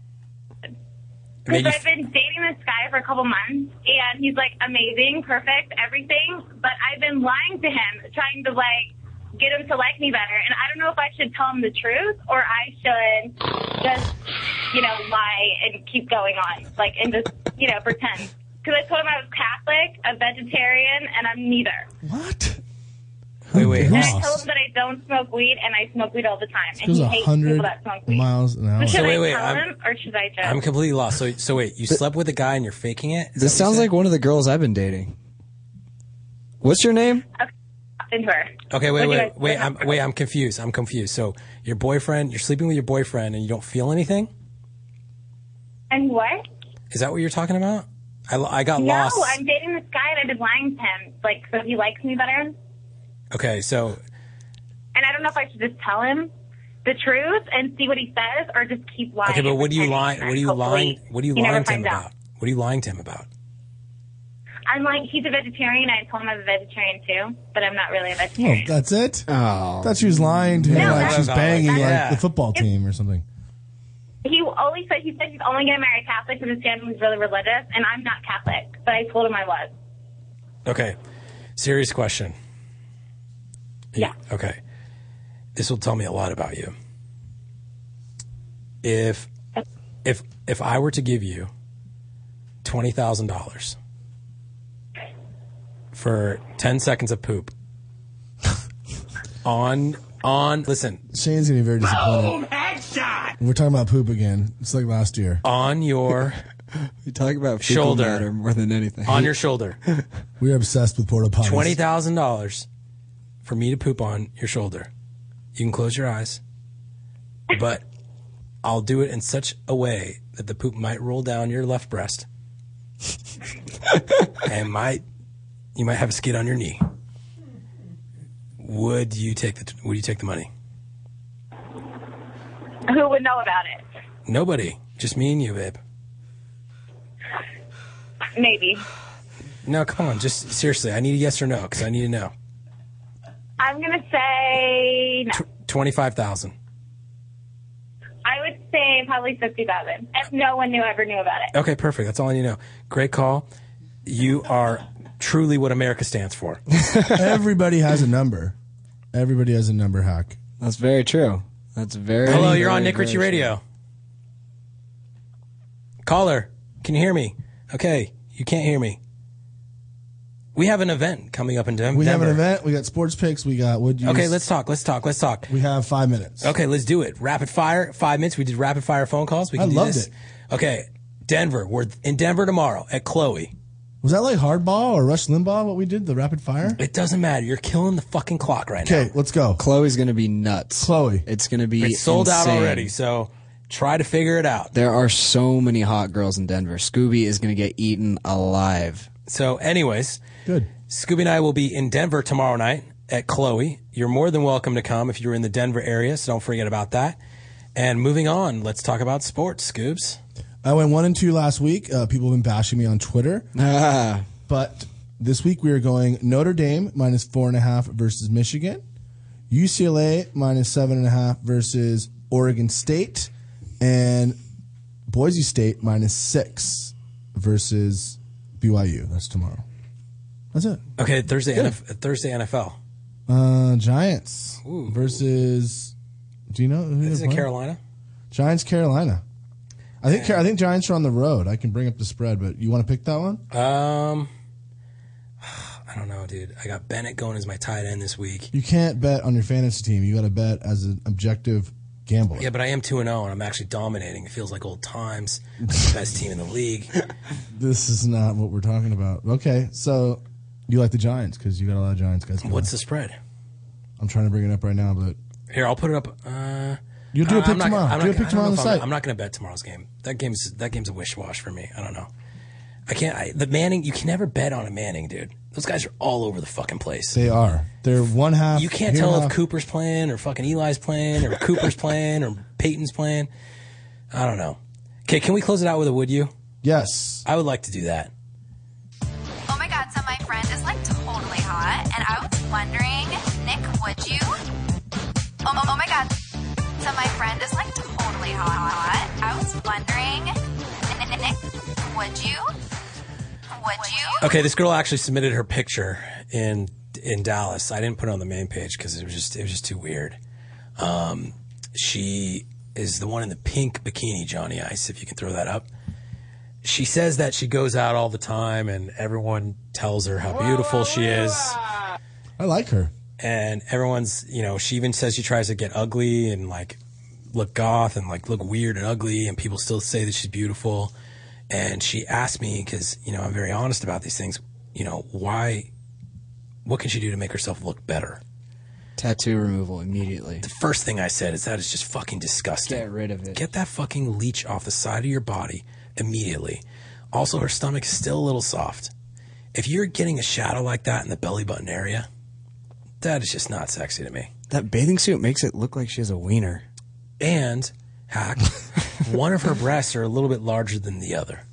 G: I mean,
D: because I've been dating this guy for a couple months, and he's like amazing, perfect, everything. But I've been lying to him, trying to like get him to like me better. And I don't know if I should tell him the truth or I should just, you know, lie and keep going on, like, and just, you know, pretend. Because I told him I was Catholic, a vegetarian, and I'm neither.
G: Wait, wait.
D: And I told him that I don't smoke weed, and I smoke weed all the time. And
I: goes
D: he
I: a
D: hates
I: hundred
D: people that smoke weed.
I: miles an hour.
D: But should
G: Oh. So wait,
D: I
G: wait,
D: tell
G: I'm-
D: him or should I just?
G: I'm completely lost. So, so wait, you slept with a guy and you're faking it?
H: This sounds like one of the girls I've been dating. What's your name?
D: into her.
G: Okay,
D: What do
G: wait,
D: you
G: wait,
D: guys-
G: wait. I'm wait. I'm confused. I'm confused. So your boyfriend, you're sleeping with your boyfriend, and you don't feel anything.
D: And what?
G: Is that what you're talking about? I, lo- I got
D: no,
G: lost.
D: I'm dating this guy and I've been lying to him, like so he likes me better. And
G: Okay, so
D: I don't know if I should just tell him the truth and see what he says, or just keep lying.
G: okay, but
D: and
G: what are you
D: pretending.
G: lying? What are you
D: Hopefully
G: lying? What are you
D: he never
G: lying to him
D: finds out.
G: about? What are you lying to him about?
D: I'm like, he's a vegetarian. I told him I'm a vegetarian too, but I'm not really a
I: Oh,
D: vegetarian.
I: that's it.
H: Oh,
I: thought she was lying to him
D: No,
I: like
D: that's-
I: she's banging
D: Yeah.
I: like the football team or something.
D: He only said he said he's only going to marry a Catholic because his family's really religious, and I'm not Catholic, but I told him I was.
G: Okay, serious question. Yeah. Okay, this will tell me a lot about you. If if if I were to give you twenty thousand dollars for ten seconds
H: *laughs*
G: of poop on on listen
I: Shane's gonna be very disappointed.
P: headshot!
I: We're talking about poop again. It's like last year.
H: *laughs*
G: on your
H: We talk about fecal
G: Shoulder.
H: matter more than anything.
G: on
H: *laughs*
G: your shoulder
I: We're obsessed with porta potties.
G: twenty thousand dollars for me to poop on your shoulder. You can close your eyes, but I'll do it in such a way that the poop might roll down your left breast, and might you might have a skid on your knee. Would you take the Would you take the money?
D: Who would know about it?
G: Nobody, just me and you, babe.
D: Maybe.
G: No, come on, just seriously. I need a yes or no because I need to know.
D: I'm going to say no.
G: Twenty five thousand.
D: I would say probably 50,000 if no one knew ever knew about it.
G: Okay, perfect. That's all I need to know. Great call. You are truly what America stands for.
H: *laughs*
I: Everybody has a number. Everybody has a number hack.
H: That's very true. That's very.
G: Hello, you're on
H: very,
G: Nick
H: very
G: Ritchie
H: true.
G: Radio. Caller, can you hear me? Okay, you can't hear me. We have an event coming up in Denver.
I: We have an event. We got sports picks. We got would you?
G: Okay, let's talk. Let's talk. Let's talk.
I: We have five minutes.
G: Okay, let's do it. Rapid fire, five minutes. We did rapid fire phone calls. We
I: I
G: can do
I: loved
G: this.
I: it.
G: Okay, Denver. We're in Denver tomorrow at Chloe.
I: Was that like hardball or Rush Limbaugh? What we did the rapid fire?
G: It doesn't matter. You're killing the fucking clock right now.
I: Okay, let's go.
H: Chloe's gonna be nuts.
I: Chloe,
H: it's gonna be
G: It's sold out
H: insane.
G: already, so try to figure it out.
H: There are so many hot girls in Denver. Scooby is gonna get eaten alive.
G: So, anyways,
I: good.
G: Scooby and I will be in Denver tomorrow night at Chloe. You're more than welcome to come if you're in the Denver area, so don't forget about that. And moving on, let's talk about sports, Scoobs.
I: I went one and two last week. Uh, people have been bashing me on Twitter.
G: Ah.
I: But this week we are going Notre Dame minus four and a half versus Michigan, UCLA minus seven and a half versus Oregon State, and Boise State minus six versus BYU. That's tomorrow. That's it.
G: Okay, Thursday, NF- Thursday NFL.
I: Uh, Giants versus. Do you know who they're
G: Is it
I: playing?
G: Carolina?
I: Giants, Carolina. I think I think Giants are on the road. I can bring up the spread, but you want to pick that one?
G: Um, *sighs* I don't know, dude. I got Bennett going as my tight end this week.
I: You can't bet on your fantasy team. You got to bet as an objective gambler.
G: Yeah, but I am 2 0, and I'm actually dominating. It feels like old
I: *laughs*
G: times. I'm the best team in the league.
I: This is not what we're talking about. Okay, so you like the Giants because you got a lot of Giants guys. going.
G: What's the spread?
I: I'm trying to bring it up right now, but
G: Here, I'll put it up. Uh,
I: You'll do a
G: I-
I: pick
G: I'm not-
I: tomorrow.
G: I'm
I: Do a pick
G: not- I don't
I: tomorrow
G: know
I: on
G: if
I: the
G: I'm-
I: site.
G: I'm not going to bet tomorrow's game. That game's that game's a wish wash for me. I don't know. I can't. I, the Manning. You can never bet on a Manning, dude. Those guys are all over the fucking place.
I: they are. They're one half.
G: You can't
I: here
G: tell
I: half.
G: if Cooper's playing or fucking Eli's playing or
I: *laughs*
G: Cooper's playing or Peyton's playing. I don't know. Okay, can we close it out with a would you?
I: Yes.
G: I would like to do that.
J: Oh my god, so my friend is like totally hot, and I was wondering, Nick, would you? Oh, oh, oh my god, so my friend is like totally hot. I was wondering, N- N- Nick, would you? Would you?
G: Okay, this girl actually submitted her picture in in Dallas. I didn't put it on the main page because it was just it was just too weird. Um, she is the one in the pink bikini, Johnny Ice. If you can throw that up. She says that she goes out all the time, and everyone tells her how beautiful she is.
I: I like her.
G: and everyone's you know she even says she tries to get ugly and like look goth and like look weird and ugly and people still say that she's beautiful and she asked me because you know i'm very honest about these things you know why what can she do to make herself look better
H: Tattoo removal immediately.
G: the first thing i said is that is just fucking disgusting
H: Get rid of it.
G: Get that fucking leech off the side of your body immediately. Also, her stomach is still a little soft. If you're getting a shadow like that in the belly button area, that is just not sexy to me.
H: That bathing suit makes it look like she has a wiener.
G: And, hack, *laughs* one of her breasts are a little bit larger than the other.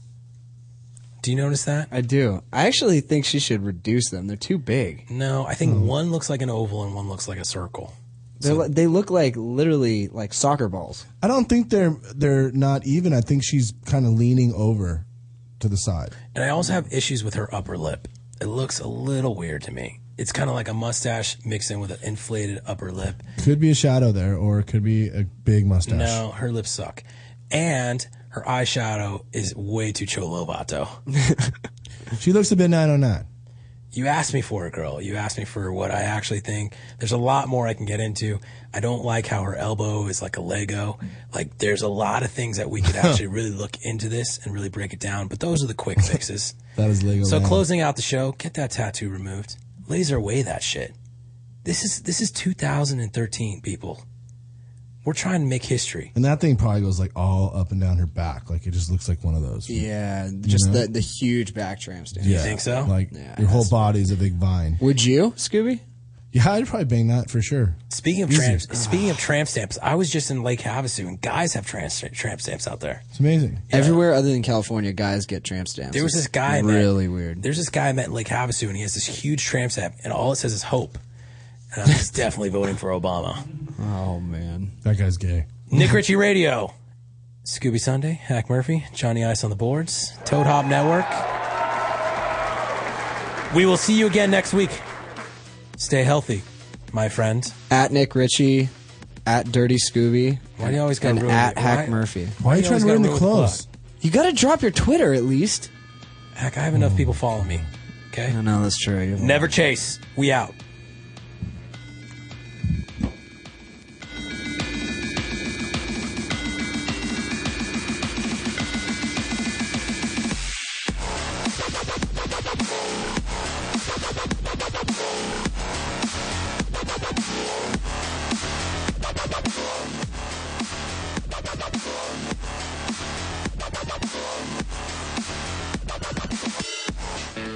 G: Do you notice that?
H: I do. I actually think she should Hmm. reduce them. They're too big.
G: No, I think one looks like an oval and one looks like a circle.
H: They're li- they look like literally like soccer balls.
I: I don't think they're they're not even. I think she's kind of leaning over to the side.
G: And I also have issues with her upper lip. It looks a little weird to me. It's kind of like a mustache mixed in with an inflated upper lip.
I: Could be a shadow there, or it could be a big mustache.
G: No, her lips suck. And her eyeshadow is way too Cholo Vato.
I: She looks a bit 909.
G: You asked me for it, girl. You asked me for what I actually think. There's a lot more I can get into. I don't like how her elbow is like a Lego. Like, there's a lot of things that we could actually really look into this and really break it down. But those are the quick fixes.
I: That is legal.
G: so, closing out the show, get that tattoo removed. Laser away that shit. This is this is 2013, people. We're trying to make history.
I: And that thing probably goes like all up and down her back. Like it just looks like one of those.
H: Yeah,
I: You
H: just
I: know?
H: the the huge back tramp stand.
I: Like your whole body is a big vine.
H: Would you, Scooby?
I: Yeah, I'd probably bang that for sure.
G: Speaking of
I: Easier.
G: tramp, speaking of tramp stamps, I was just in Lake Havasu and guys have tramp, tramp stamps out there.
I: It's amazing.
H: Everywhere other than California, guys get tramp stamps.
G: There was
H: It's
G: this guy I met-
H: Really weird.
G: There's this guy I met in Lake Havasu and he has this huge tramp stamp and all it says is hope. And I'm just *laughs* definitely voting for Obama.
H: Oh man,
I: that guy's gay.
G: Nick Ritchie Radio, Scooby Sunday, Hack Murphy, Johnny Ice on the boards, Toad Hop Network. We will see you again next week. Stay healthy, my friend.
H: At Nick Ritchie, at Dirty Scooby.
G: Why do you always gotta
H: and
G: ruin
H: at
G: it?
H: Hack
G: Why-
H: Murphy?
G: why Why you you trying to always ruin gotta the ruin the clothes?
H: You gotta drop your Twitter at least.
G: Heck, I have enough people following me. Okay.
H: No, no, that's true. You're-
G: Never chase. We out.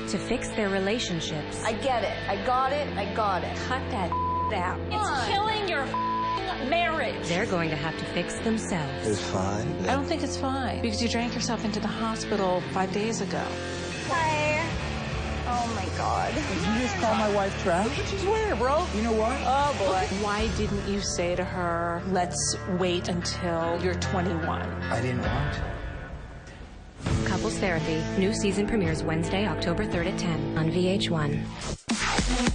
K: to fix their relationships. I get it. I got it. I got it. Cut that out. It's killing your marriage. They're going to have to fix themselves.
L: It's fine.
K: I don't think it's fine because you drank yourself into the hospital five days ago.
L: Hi. Oh my god. Did you just call my wife trash? She's weird, bro. You know what?
K: Oh boy. Why didn't you say to her, let's wait until you're 21?
L: I didn't want to.
K: Couples Therapy, new season premieres Wednesday, October 3rd at 10 on VH1.